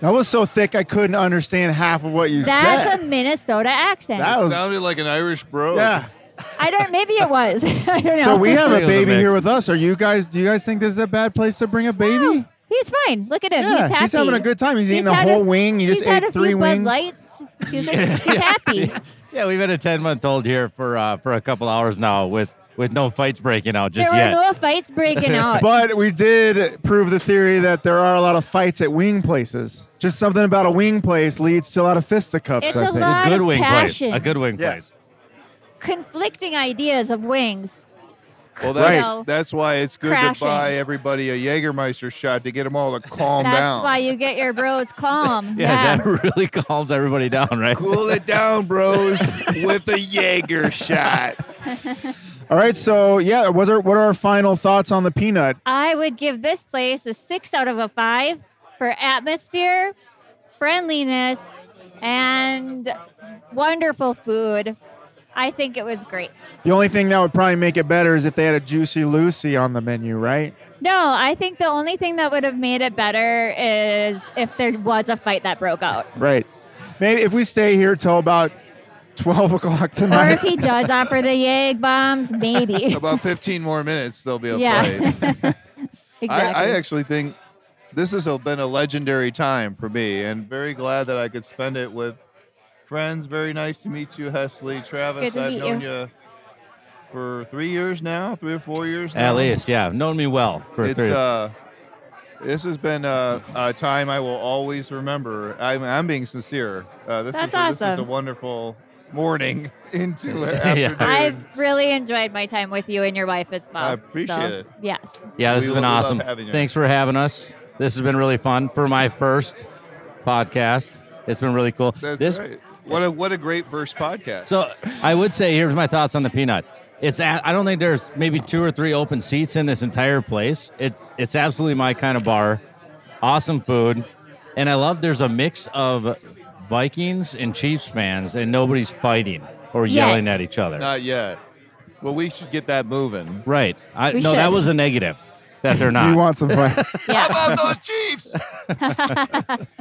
S1: That was so thick I couldn't understand half of what you said.
S4: That's a Minnesota accent.
S1: That was-
S2: Sounded like an Irish bro.
S1: yeah.
S4: I don't. Maybe it was. I don't know.
S1: So we have
S3: I
S1: a
S3: think it was a
S1: baby
S3: mix.
S1: here with us. Are you guys? Do you guys think this is a bad place to bring a baby?
S4: He's fine. Look at him.
S1: yeah,
S4: he's happy.
S1: having a good time. He's,
S4: He's
S1: eating a
S4: had
S1: whole wing. He just
S4: he's had
S1: ate
S4: a
S1: three
S4: few Bud
S1: wings.
S4: Lights. He's, he's happy.
S3: Yeah, we've had a ten month old here for uh, for a couple hours now with with no fights breaking out
S4: There
S3: just
S4: were
S3: yet.
S4: no fights breaking out.
S1: But we did prove the theory that there are a lot of fights at wing places. Just something about a wing place leads to a lot of fisticuffs.
S4: It's
S1: I
S4: a
S1: think.
S4: lot-
S3: good
S4: of
S3: wing
S4: passion.
S3: place. A good wing
S1: Yeah.
S3: place.
S4: Conflicting ideas of wings.
S2: Well, that's
S4: Right.
S2: that's why it's good to
S4: Crashing.
S2: buy everybody a Jägermeister shot to get them all to calm
S4: That's
S2: down.
S4: why you get your bros calm.
S3: Yeah,
S4: yeah.
S3: that really calms everybody down, right?
S2: Cool it down, bros, with a Jaeger shot.
S1: All right, so yeah, what are what are our final thoughts on the peanut?
S4: I would give this place a six out of a five for atmosphere, friendliness, and wonderful food. I think it was great.
S1: The only thing that would probably make it better is if they had a juicy Lucy on the menu, right?
S4: No, I think the only thing that would have made it better is if there was a fight that broke out.
S1: Right. Maybe if we stay here till about twelve o'clock
S4: Or
S1: tonight.
S4: if he does offer the yag bombs, maybe.
S2: About 15 more minutes, there'll be a
S4: Yeah.
S2: fight. I, I
S4: exactly.
S2: actually think this has been a legendary time for me, and very glad that I could spend it with friends. Very nice to meet you, Hesley. Travis,
S4: Good to
S2: I've
S4: meet
S2: known you. for three years now, three or four years now.
S3: At least, yeah, known me well for
S2: it's
S3: three.
S2: uh this has been a, a time I will always remember. I'm, I'm being sincere. Uh, this,
S4: That's
S2: is a, this is a
S4: awesome.
S2: wonderful morning into it.
S3: Yeah.
S2: Afternoon.
S4: I've really enjoyed my time with you and your wife as well.
S2: I appreciate
S4: so,
S2: it.
S4: Yes.
S3: yeah, this
S2: we
S3: has been
S2: lo- we love
S3: awesome.
S2: having you.
S3: Thanks for having us. This has been really fun for my first podcast. It's been really cool.
S2: That's
S3: this
S2: right. What a what a great verse podcast.
S3: So I would say here's my thoughts on the peanut. It's a- I don't think there's maybe two or three open seats in this entire place. It's it's absolutely my kind of bar. Awesome food, and I love there's a mix of Vikings and Chiefs fans, and nobody's fighting or
S4: Yet.
S3: yelling at each other.
S2: Not yet. Well, we should get that moving.
S3: right? I,
S4: We
S3: no, that
S4: should.
S3: was a negative that they're
S1: you
S3: not.
S1: want some fights.
S4: Yeah.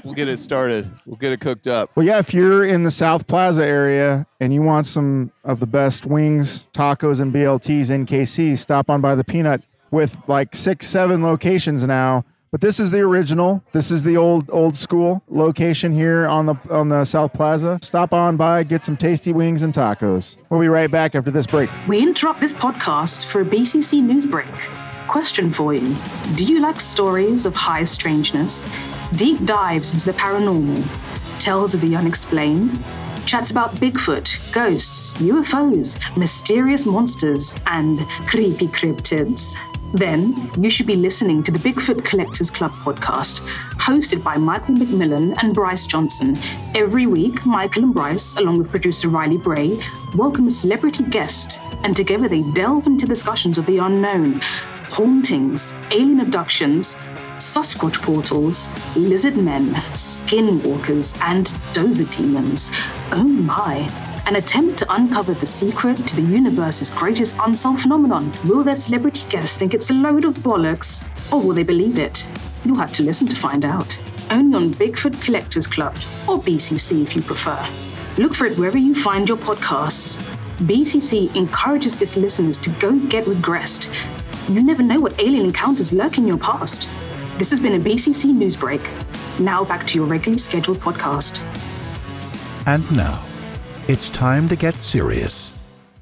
S2: We'll get it started. We'll get it cooked up.
S1: Well, yeah, if you're in the South Plaza area and you want some of the best wings, tacos, and BLTs in KC, stop on by the Peanut with like six, seven locations now. But this is the original. This is the old, old school location here on the on the South Plaza. Stop on by, get some tasty wings and tacos. We'll be right back after this break.
S8: We interrupt this podcast for a BCC news break. Question for you Do you like stories of high strangeness, deep dives into the paranormal, tales of the unexplained, chats about Bigfoot, ghosts, UFOs, mysterious monsters, and creepy cryptids? Then you should be listening to the Bigfoot Collectors Club podcast, hosted by Michael McMillan and Bryce Johnson. Every week, Michael and Bryce, along with producer Riley Bray, welcome a celebrity guest, and together they delve into discussions of the unknown, hauntings, alien abductions, Sasquatch portals, lizard men, skinwalkers, and Dover demons. Oh my! an attempt to uncover the secret to the universe's greatest unsolved phenomenon. Will their celebrity guests think it's a load of bollocks, or will they believe it? You'll have to listen to find out. Only on Bigfoot Collectors Club, or BCC if you prefer. Look for it wherever you find your podcasts. BCC encourages its listeners to go get regressed. You never know what alien encounters lurk in your past. This has been a BCC news break. Now back to your regularly scheduled podcast.
S7: And now, it's time to get serious.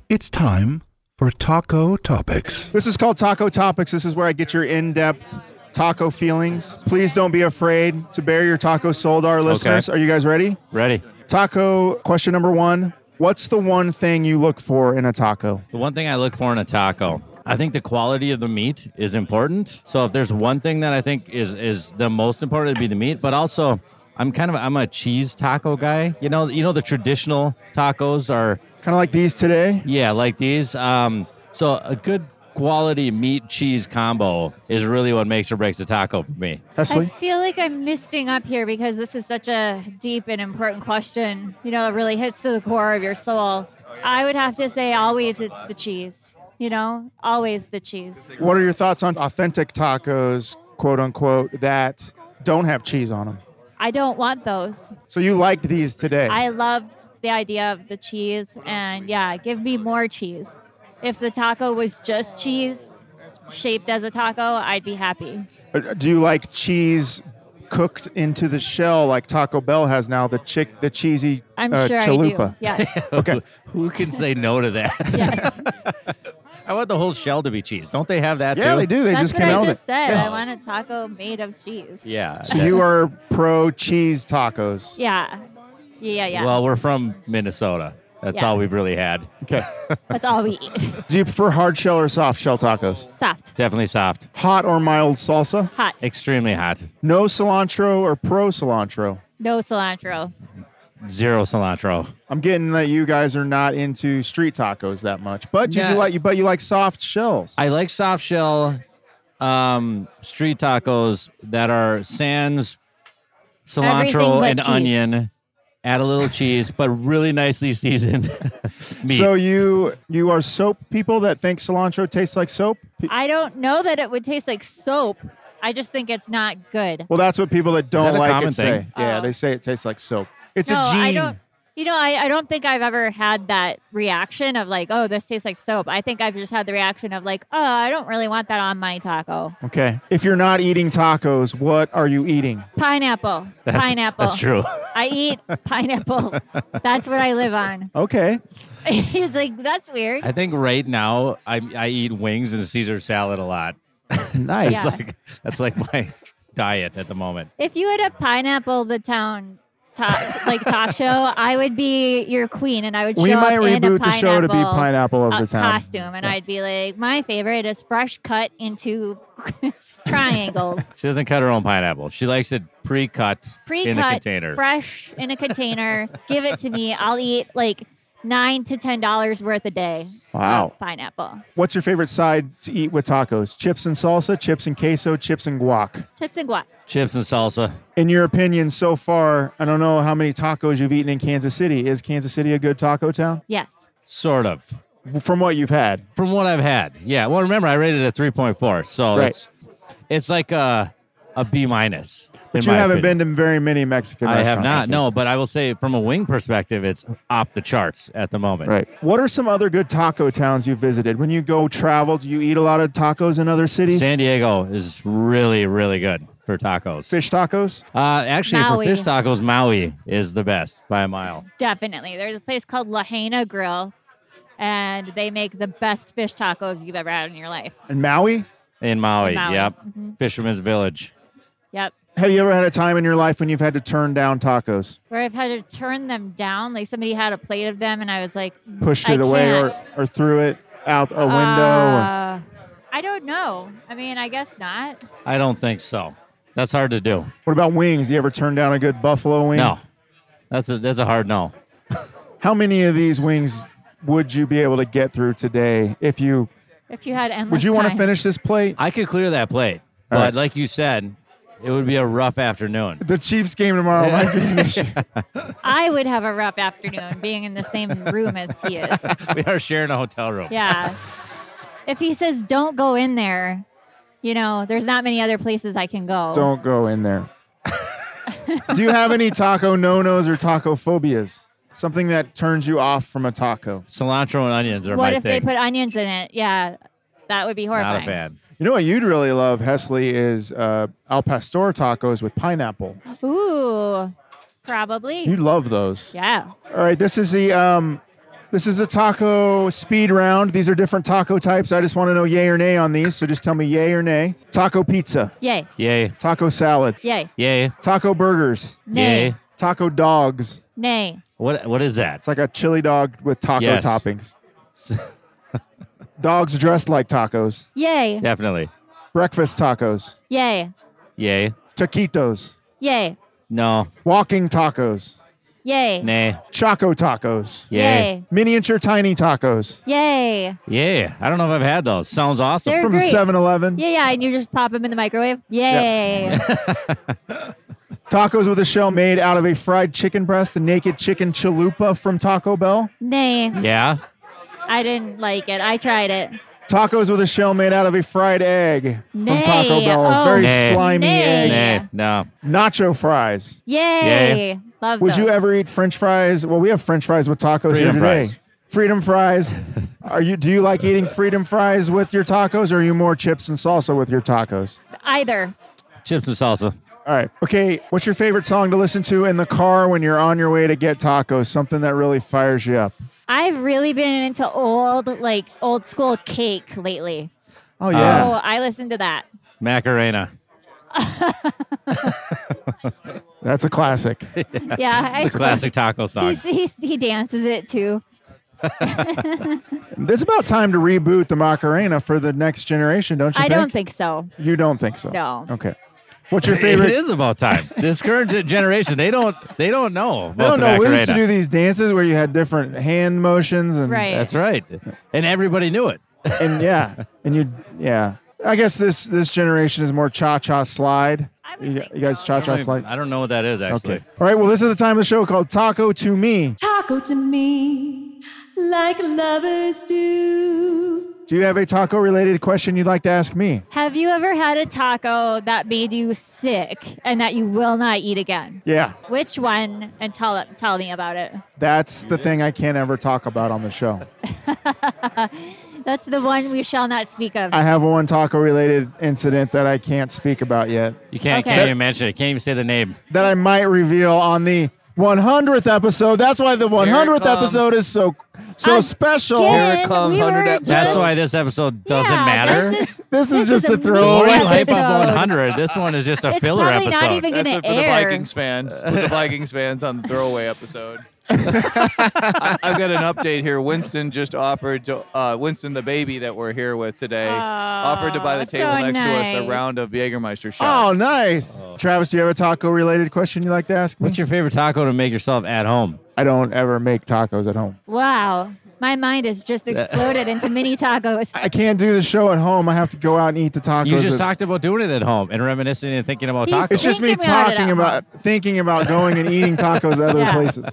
S7: It's time for Taco Topics.
S1: This is called Taco Topics. This is where I get your in depth taco feelings. Please don't be afraid to bear your taco soul to our listeners. Are you guys ready?
S3: Ready.
S1: Taco question number one What's the one thing you look for in a taco?
S3: The one thing I look for in a taco, I think the quality of the meat is important. So if there's one thing that I think is is the most important, it'd be the meat. But also, I'm kind of I'm a cheese taco guy. You know, you know the traditional tacos are
S1: Kind of like these today.
S3: yeah like these. Um, so a good quality meat cheese combo is really what makes or breaks a taco for me.
S4: I
S1: Hesley?
S4: feel like I'm misting up here because this is such a deep and important question. You know, it really hits to the core of your soul. I would have to say always it's the cheese. You know, always the cheese.
S1: What are your thoughts on authentic tacos, quote unquote, that don't have cheese on them?
S4: I don't want those.
S1: So you liked these today.
S4: I loved the idea of the cheese and yeah, give me more cheese. If the taco was just cheese shaped as a taco, I'd be happy.
S1: Uh, Do you like cheese cooked into the shell like Taco Bell has now? The chick, the cheesy
S4: I'm
S1: uh,
S4: sure
S1: chalupa.
S4: I do. Yes.
S1: Okay.
S3: Who, who can say no to that?
S4: yes.
S3: I want the whole shell to be cheese. Don't they have that
S1: Yeah,
S3: too?
S1: they do. They
S4: That's
S1: just
S4: what
S1: came out
S4: I
S1: with
S4: just
S1: it.
S4: said.
S3: Yeah.
S4: I want a taco made of cheese.
S3: Yeah.
S1: So you are pro cheese tacos.
S4: Yeah. Yeah, yeah, yeah.
S3: Well, we're from Minnesota. That's
S4: Yeah.
S3: all we've really had.
S1: Okay.
S4: That's all we eat.
S1: Do you prefer hard shell or soft shell tacos?
S4: Soft,
S3: Definitely soft.
S1: Hot or mild salsa?
S4: hot,
S3: Extremely hot.
S1: No cilantro or pro cilantro?
S4: no cilantro.
S3: Zero cilantro.
S1: I'm getting that you guys are not into street tacos that much, but you do
S3: Yeah.
S1: like you but you like soft shells.
S3: I like soft shell um, street tacos that are sans
S4: Everything
S3: cilantro
S4: but
S3: and
S4: cheese.
S3: onion. Add a little cheese, but really nicely seasoned meat.
S1: So you you are soap people that think cilantro tastes like soap? Pe-
S4: I don't know that it would taste like soap. I just think it's not good.
S1: Well, that's what people that don't
S3: that a
S1: like
S3: common
S1: it say.
S3: thing?
S1: Yeah,
S4: Oh.
S1: they say it tastes like soap. It's
S4: no,
S1: a gene.
S4: I don't. You know, I, I don't think I've ever had that reaction of like, oh, this tastes like soap. I think I've just had the reaction of like, oh, I don't really want that on my taco.
S1: Okay. If you're not eating tacos, what are you eating?
S4: Pineapple.
S3: That's-
S4: pineapple.
S3: That's true.
S4: I eat pineapple. That's what I live on.
S1: Okay.
S4: He's like, that's weird.
S3: I think right now I, I eat wings and Caesar salad a lot.
S1: Nice.
S4: Yeah.
S3: Like, that's like my diet at the moment.
S4: If you had a pineapple the town talk like talk show, I would be your queen, and I would show
S1: We might
S4: up in a
S1: reboot the show to be
S4: pineapple,
S1: pineapple of
S4: uh,
S1: the town.
S4: costume, and I'd be like, my favorite is fresh cut into triangles,
S3: She doesn't cut her own pineapple. She likes it pre-cut,
S4: pre
S3: in a
S4: cut,
S3: container.
S4: fresh in a container. give it to me. I'll eat like nine to ten dollars worth a day.
S1: Wow.
S4: of pineapple
S1: What's your favorite side to eat with tacos? Chips and salsa, chips and queso, chips and guac.
S4: chips and guac.
S3: Chips and salsa.
S1: In your opinion, so far, I don't know how many tacos you've eaten in Kansas City. Is Kansas City a good taco town?
S4: Yes.
S3: Sort of.
S1: From what you've had,
S3: From what I've had. Yeah. Well, remember I rated it a 3.4. So
S1: Right.
S3: it's it's like a a B minus.
S1: but you haven't been to very many Mexican
S3: I have
S1: restaurants. in
S3: not. No,
S1: Kansas
S3: but I will say from a wing perspective, it's off the charts at the moment.
S1: Right. What are some other good taco towns you visited? When you go travel, do you eat a lot of tacos in other cities?
S3: San Diego is really, really good for tacos.
S1: Fish tacos?
S3: Uh, actually,
S4: Maui.
S3: for fish tacos, Maui is the best by a mile.
S4: Definitely. There's a place called Lahaina Grill, and they make the best fish tacos you've ever had in your life.
S1: And Maui?
S3: In Maui,
S4: In Maui,
S3: yep.
S4: mhm.
S3: Fisherman's Village.
S4: Yep.
S1: Have you ever had a time in your life when you've had to turn down tacos?
S4: Where I've had to turn them down. Like somebody had a plate of them, and I was like,
S1: Pushed
S4: I
S1: it away or,
S4: can't.
S1: or threw it out a window? or,
S4: Uh, I don't know. I mean, I guess not.
S3: I don't think so. That's hard to do.
S1: what about wings? You ever turn down a good buffalo wing?
S3: No, that's a that's a hard no.
S1: How many of these wings would you be able to get through today if you
S4: If you had endless
S1: would you want to
S4: time.
S1: finish this plate?
S3: I could clear that plate,
S1: All
S3: but
S1: right.
S3: like you said, It would be a rough afternoon.
S1: The Chiefs game tomorrow might be an issue.
S4: I would have a rough afternoon being in the same room as he is.
S3: we are sharing a hotel room.
S4: Yeah. If he says don't go in there, you know, there's not many other places I can go.
S1: Don't go in there. Do you have any taco no nos or taco phobias? Something that turns you off from a taco.
S3: Cilantro and onions are
S4: what
S3: my
S4: if
S3: thing.
S4: they put onions in it? Yeah. That would be horrifying.
S3: Not a fan.
S1: You know what you'd really love, Hesley, is uh, al pastor tacos with pineapple.
S4: Ooh. Probably.
S3: Hmm.
S1: You'd love those.
S4: yeah.
S1: All right, this is the um, this is the taco speed round. These are different taco types. I just want to know yay or nay on these. So just tell me yay or nay. Taco pizza,
S4: Yay.
S3: Yay.
S1: taco salad,
S4: Yay.
S3: Yay.
S1: taco burgers,
S4: Nay.
S3: Yay.
S1: taco dogs.
S4: Nay.
S3: What what is that?
S1: It's like a chili dog with taco
S3: Yes.
S1: toppings. dogs dressed like tacos.
S4: Yay.
S3: Definitely.
S1: Breakfast tacos.
S4: Yay.
S3: Yay.
S1: Taquitos.
S4: Yay.
S3: No.
S1: Walking tacos.
S4: Yay.
S3: Nay.
S1: Choco tacos.
S3: Yay.
S1: Miniature tiny tacos
S4: Yay. Yay.
S3: Yeah. I don't know if I've had those. Sounds awesome.
S4: They're
S1: from
S4: great.
S1: 7 Eleven.
S4: Yeah, yeah, and you just pop them in the microwave. Yay.
S1: Tacos with a shell made out of a fried chicken breast, a naked chicken chalupa from Taco Bell.
S4: Nay.
S3: yeah.
S4: I didn't like it. I tried it.
S1: Tacos with a shell made out of a fried egg from
S4: Nay.
S1: Taco Bell. It's
S4: Oh,
S1: very
S3: Nay.
S1: slimy
S4: nay.
S1: egg.
S3: Nay.
S4: Yeah.
S3: No.
S1: Nacho fries.
S4: Yay. Love
S1: Would
S4: those.
S1: you ever eat French fries? Well, we have French fries with tacos
S3: Freedom
S1: here today.
S3: fries.
S1: Freedom fries. Are you? Do you like eating freedom fries with your tacos, or are you more chips and salsa with your tacos?
S4: either?
S3: Chips and salsa.
S1: All right. Okay. What's your favorite song to listen to in the car when you're on your way to get tacos? Something that really fires you up.
S4: I've really been into old, like old school cake lately.
S1: Oh
S4: So
S1: yeah.
S4: I listened to that.
S3: Macarena.
S1: That's a classic.
S4: Yeah, I
S3: It's a classic taco song.
S4: He's, he's, he dances it too.
S1: It's about time to reboot the Macarena for the next generation, don't you
S4: I
S1: think?
S4: don't think so.
S1: you don't think so.
S4: No.
S1: Okay. What's your
S3: It
S1: favorite?
S3: is about time. This current ge- generation, they don't they don't
S1: I
S3: know.
S1: don't
S3: about
S1: know.
S3: the
S1: We used to
S3: Macarena.
S1: do these dances where you had different hand motions and
S4: Right.
S3: That's right. And everybody knew it.
S1: and yeah, and you yeah. I guess this this generation is more cha cha slide.
S4: I would
S1: You,
S4: think
S1: you guys
S4: so,
S1: cha
S3: I
S1: cha
S3: don't, even-
S1: slide.
S3: I don't know what that is actually.
S1: Okay. All right. Well, this is the time of the show called Taco to Me.
S9: Taco to me, like lovers do.
S1: Do you have a taco related question you'd like to ask me?
S4: Have you ever had a taco that made you sick and that you will not eat again?
S1: Yeah,
S4: Which one? And tell tell me about it.
S1: that's the thing I can't ever talk about on the show.
S4: That's the one we shall not speak of.
S1: I have one taco related incident that I can't speak about yet.
S3: You can't
S4: Okay.
S3: can't even mention it. Can't even say the name.
S1: that I might reveal on the 100th episode. That's why the 100th episode is so so
S4: Again,
S1: special.
S4: we were
S3: That's
S4: just-
S3: why this episode doesn't
S4: Yeah,
S3: matter.
S4: This is,
S1: This
S4: this
S1: is just
S4: is
S1: a
S4: a
S1: throwaway. Oh,
S4: mean
S3: We're hype
S4: episode.
S3: up 100. This one is just a
S4: it's
S3: filler
S4: probably
S3: episode.
S4: not even going
S2: That's
S4: to
S2: it for the
S4: air.
S2: Vikings fans. For the Vikings fans on the throwaway episode. I, I've got an update here. Winston just offered to uh, Winston, the baby that we're here with today, offered to buy the
S4: Aw, so
S2: table next to us
S4: nice.
S2: a round of Jägermeister
S1: Oh,
S2: shots.
S1: nice. Travis, do you have a taco related question you'd like to ask me?
S3: What's your favorite taco to make yourself at home?
S1: I don't ever make tacos at home.
S4: Wow. My mind has just exploded into mini tacos.
S1: I can't do the show at home. I have to go out and eat the tacos.
S3: You just
S1: at-
S3: talked about doing it at home and reminiscing and thinking about
S4: He's-
S3: tacos.
S1: it's just me
S4: Thinking about it
S1: talking
S4: at
S1: about thinking about going and eating tacos at other
S4: Yeah.
S1: places.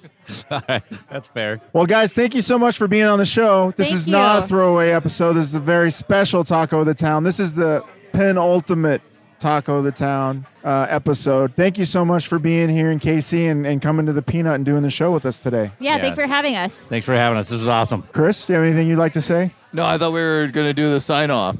S3: All right, that's fair.
S1: Well, guys, thank you so much for being on the show. This
S4: Thank
S1: is not a
S4: you.
S1: throwaway episode. This is a very special Taco of the Town. This is the penultimate Taco of the Town uh, episode. Thank you so much for being here in KC and, and coming to the Peanut and doing the show with us today.
S4: Yeah,
S3: Yeah.
S4: thanks for having us.
S3: Thanks for having us. This was awesome.
S1: Chris, do you have anything you'd like to say?
S2: No, I thought we were going to do the sign off.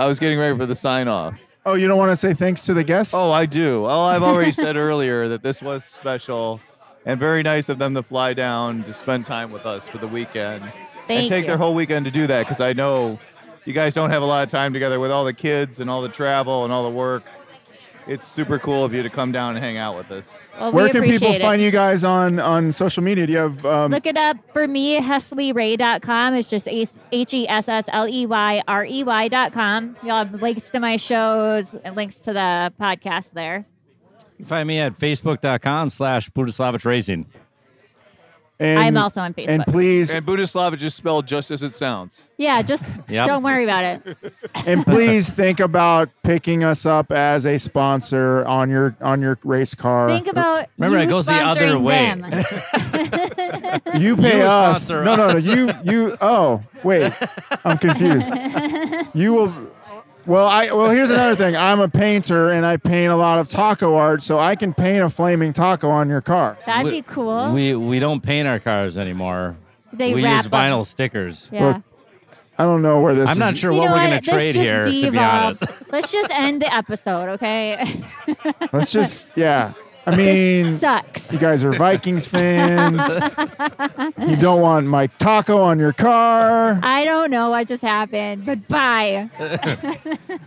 S2: I was getting ready for the sign off.
S1: Oh, you don't want to say thanks to the guests?
S2: Oh, I do. Oh, I've already said earlier that this was special and very nice of them to fly down to spend time with us for the weekend and
S4: Thank
S2: take
S4: you.
S2: their whole weekend to do that because I know you guys don't have a lot of time together with all the kids and all the travel and all the work. It's super cool of you to come down and hang out with us.
S4: Well,
S1: Where
S4: we
S1: can
S4: appreciate
S1: people
S4: it.
S1: find you guys on on social media? Do you have um,
S4: Look it up for me, HesleyRay.com. It's just H E S S L E Y R E Y.com. You'll have links to my shows and links to the podcast there.
S3: You can find me at facebook.com slash Budislavic Racing.
S1: And,
S4: I'm also on Facebook.
S1: And please,
S2: And Budislava just spelled just as it sounds.
S4: yeah, just
S3: Yep.
S4: don't worry about it.
S1: and please think about picking us up as a sponsor on your on your race car.
S4: Think about
S3: Remember,
S4: you
S3: it goes the other
S4: sponsoring
S3: way.
S4: them.
S1: you pay
S3: You
S1: us.
S3: sponsor
S1: No, no, no. You you. Oh, wait. I'm confused. you will. Well, I well here's another thing. I'm a painter and I paint a lot of taco art, so I can paint a flaming taco on your car.
S4: That'd
S3: We-
S4: be cool.
S3: We we don't paint our cars anymore.
S4: they
S3: we
S4: wrap
S3: use
S4: them.
S3: vinyl stickers.
S4: Yeah.
S1: Look, I don't know where this.
S3: I'm not
S1: is-
S3: sure what we're gonna
S4: Let's
S3: trade
S4: just
S3: here. To be honest,
S4: devolve. Let's just end the episode, okay?
S1: Let's just yeah. I mean,
S4: Sucks.
S1: you guys are Vikings fans. you don't want my taco on your car.
S4: I don't know what just happened, but bye.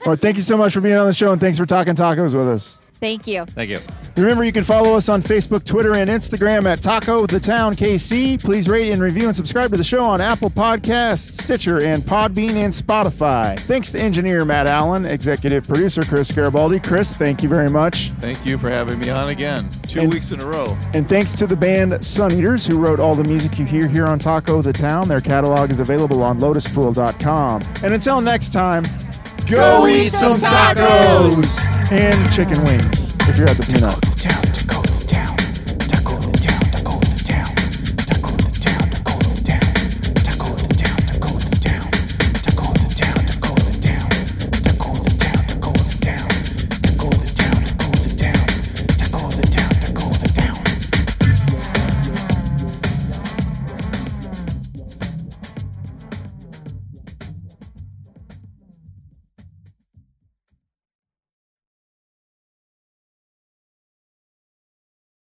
S1: Well, thank you so much for being on the show and thanks for talking tacos with us.
S4: Thank you.
S3: thank you.
S1: Remember, you can follow us on Facebook, Twitter, and Instagram at Taco the Town KC. Please rate and review and subscribe to the show on Apple Podcasts, Stitcher, and Podbean and Spotify. Thanks to engineer Matt Allen, executive producer Chris Garibaldi. Chris, thank you very much.
S2: Thank you for having me on again. Two
S1: And-
S2: weeks in a row.
S1: And thanks to the band Sun Eaters, who wrote all the music you hear here on Taco the Town. Their catalog is available on lotuspool.com. And until next time, go,
S4: eat some tacos!
S1: and chicken wings if you're at the Taco Town.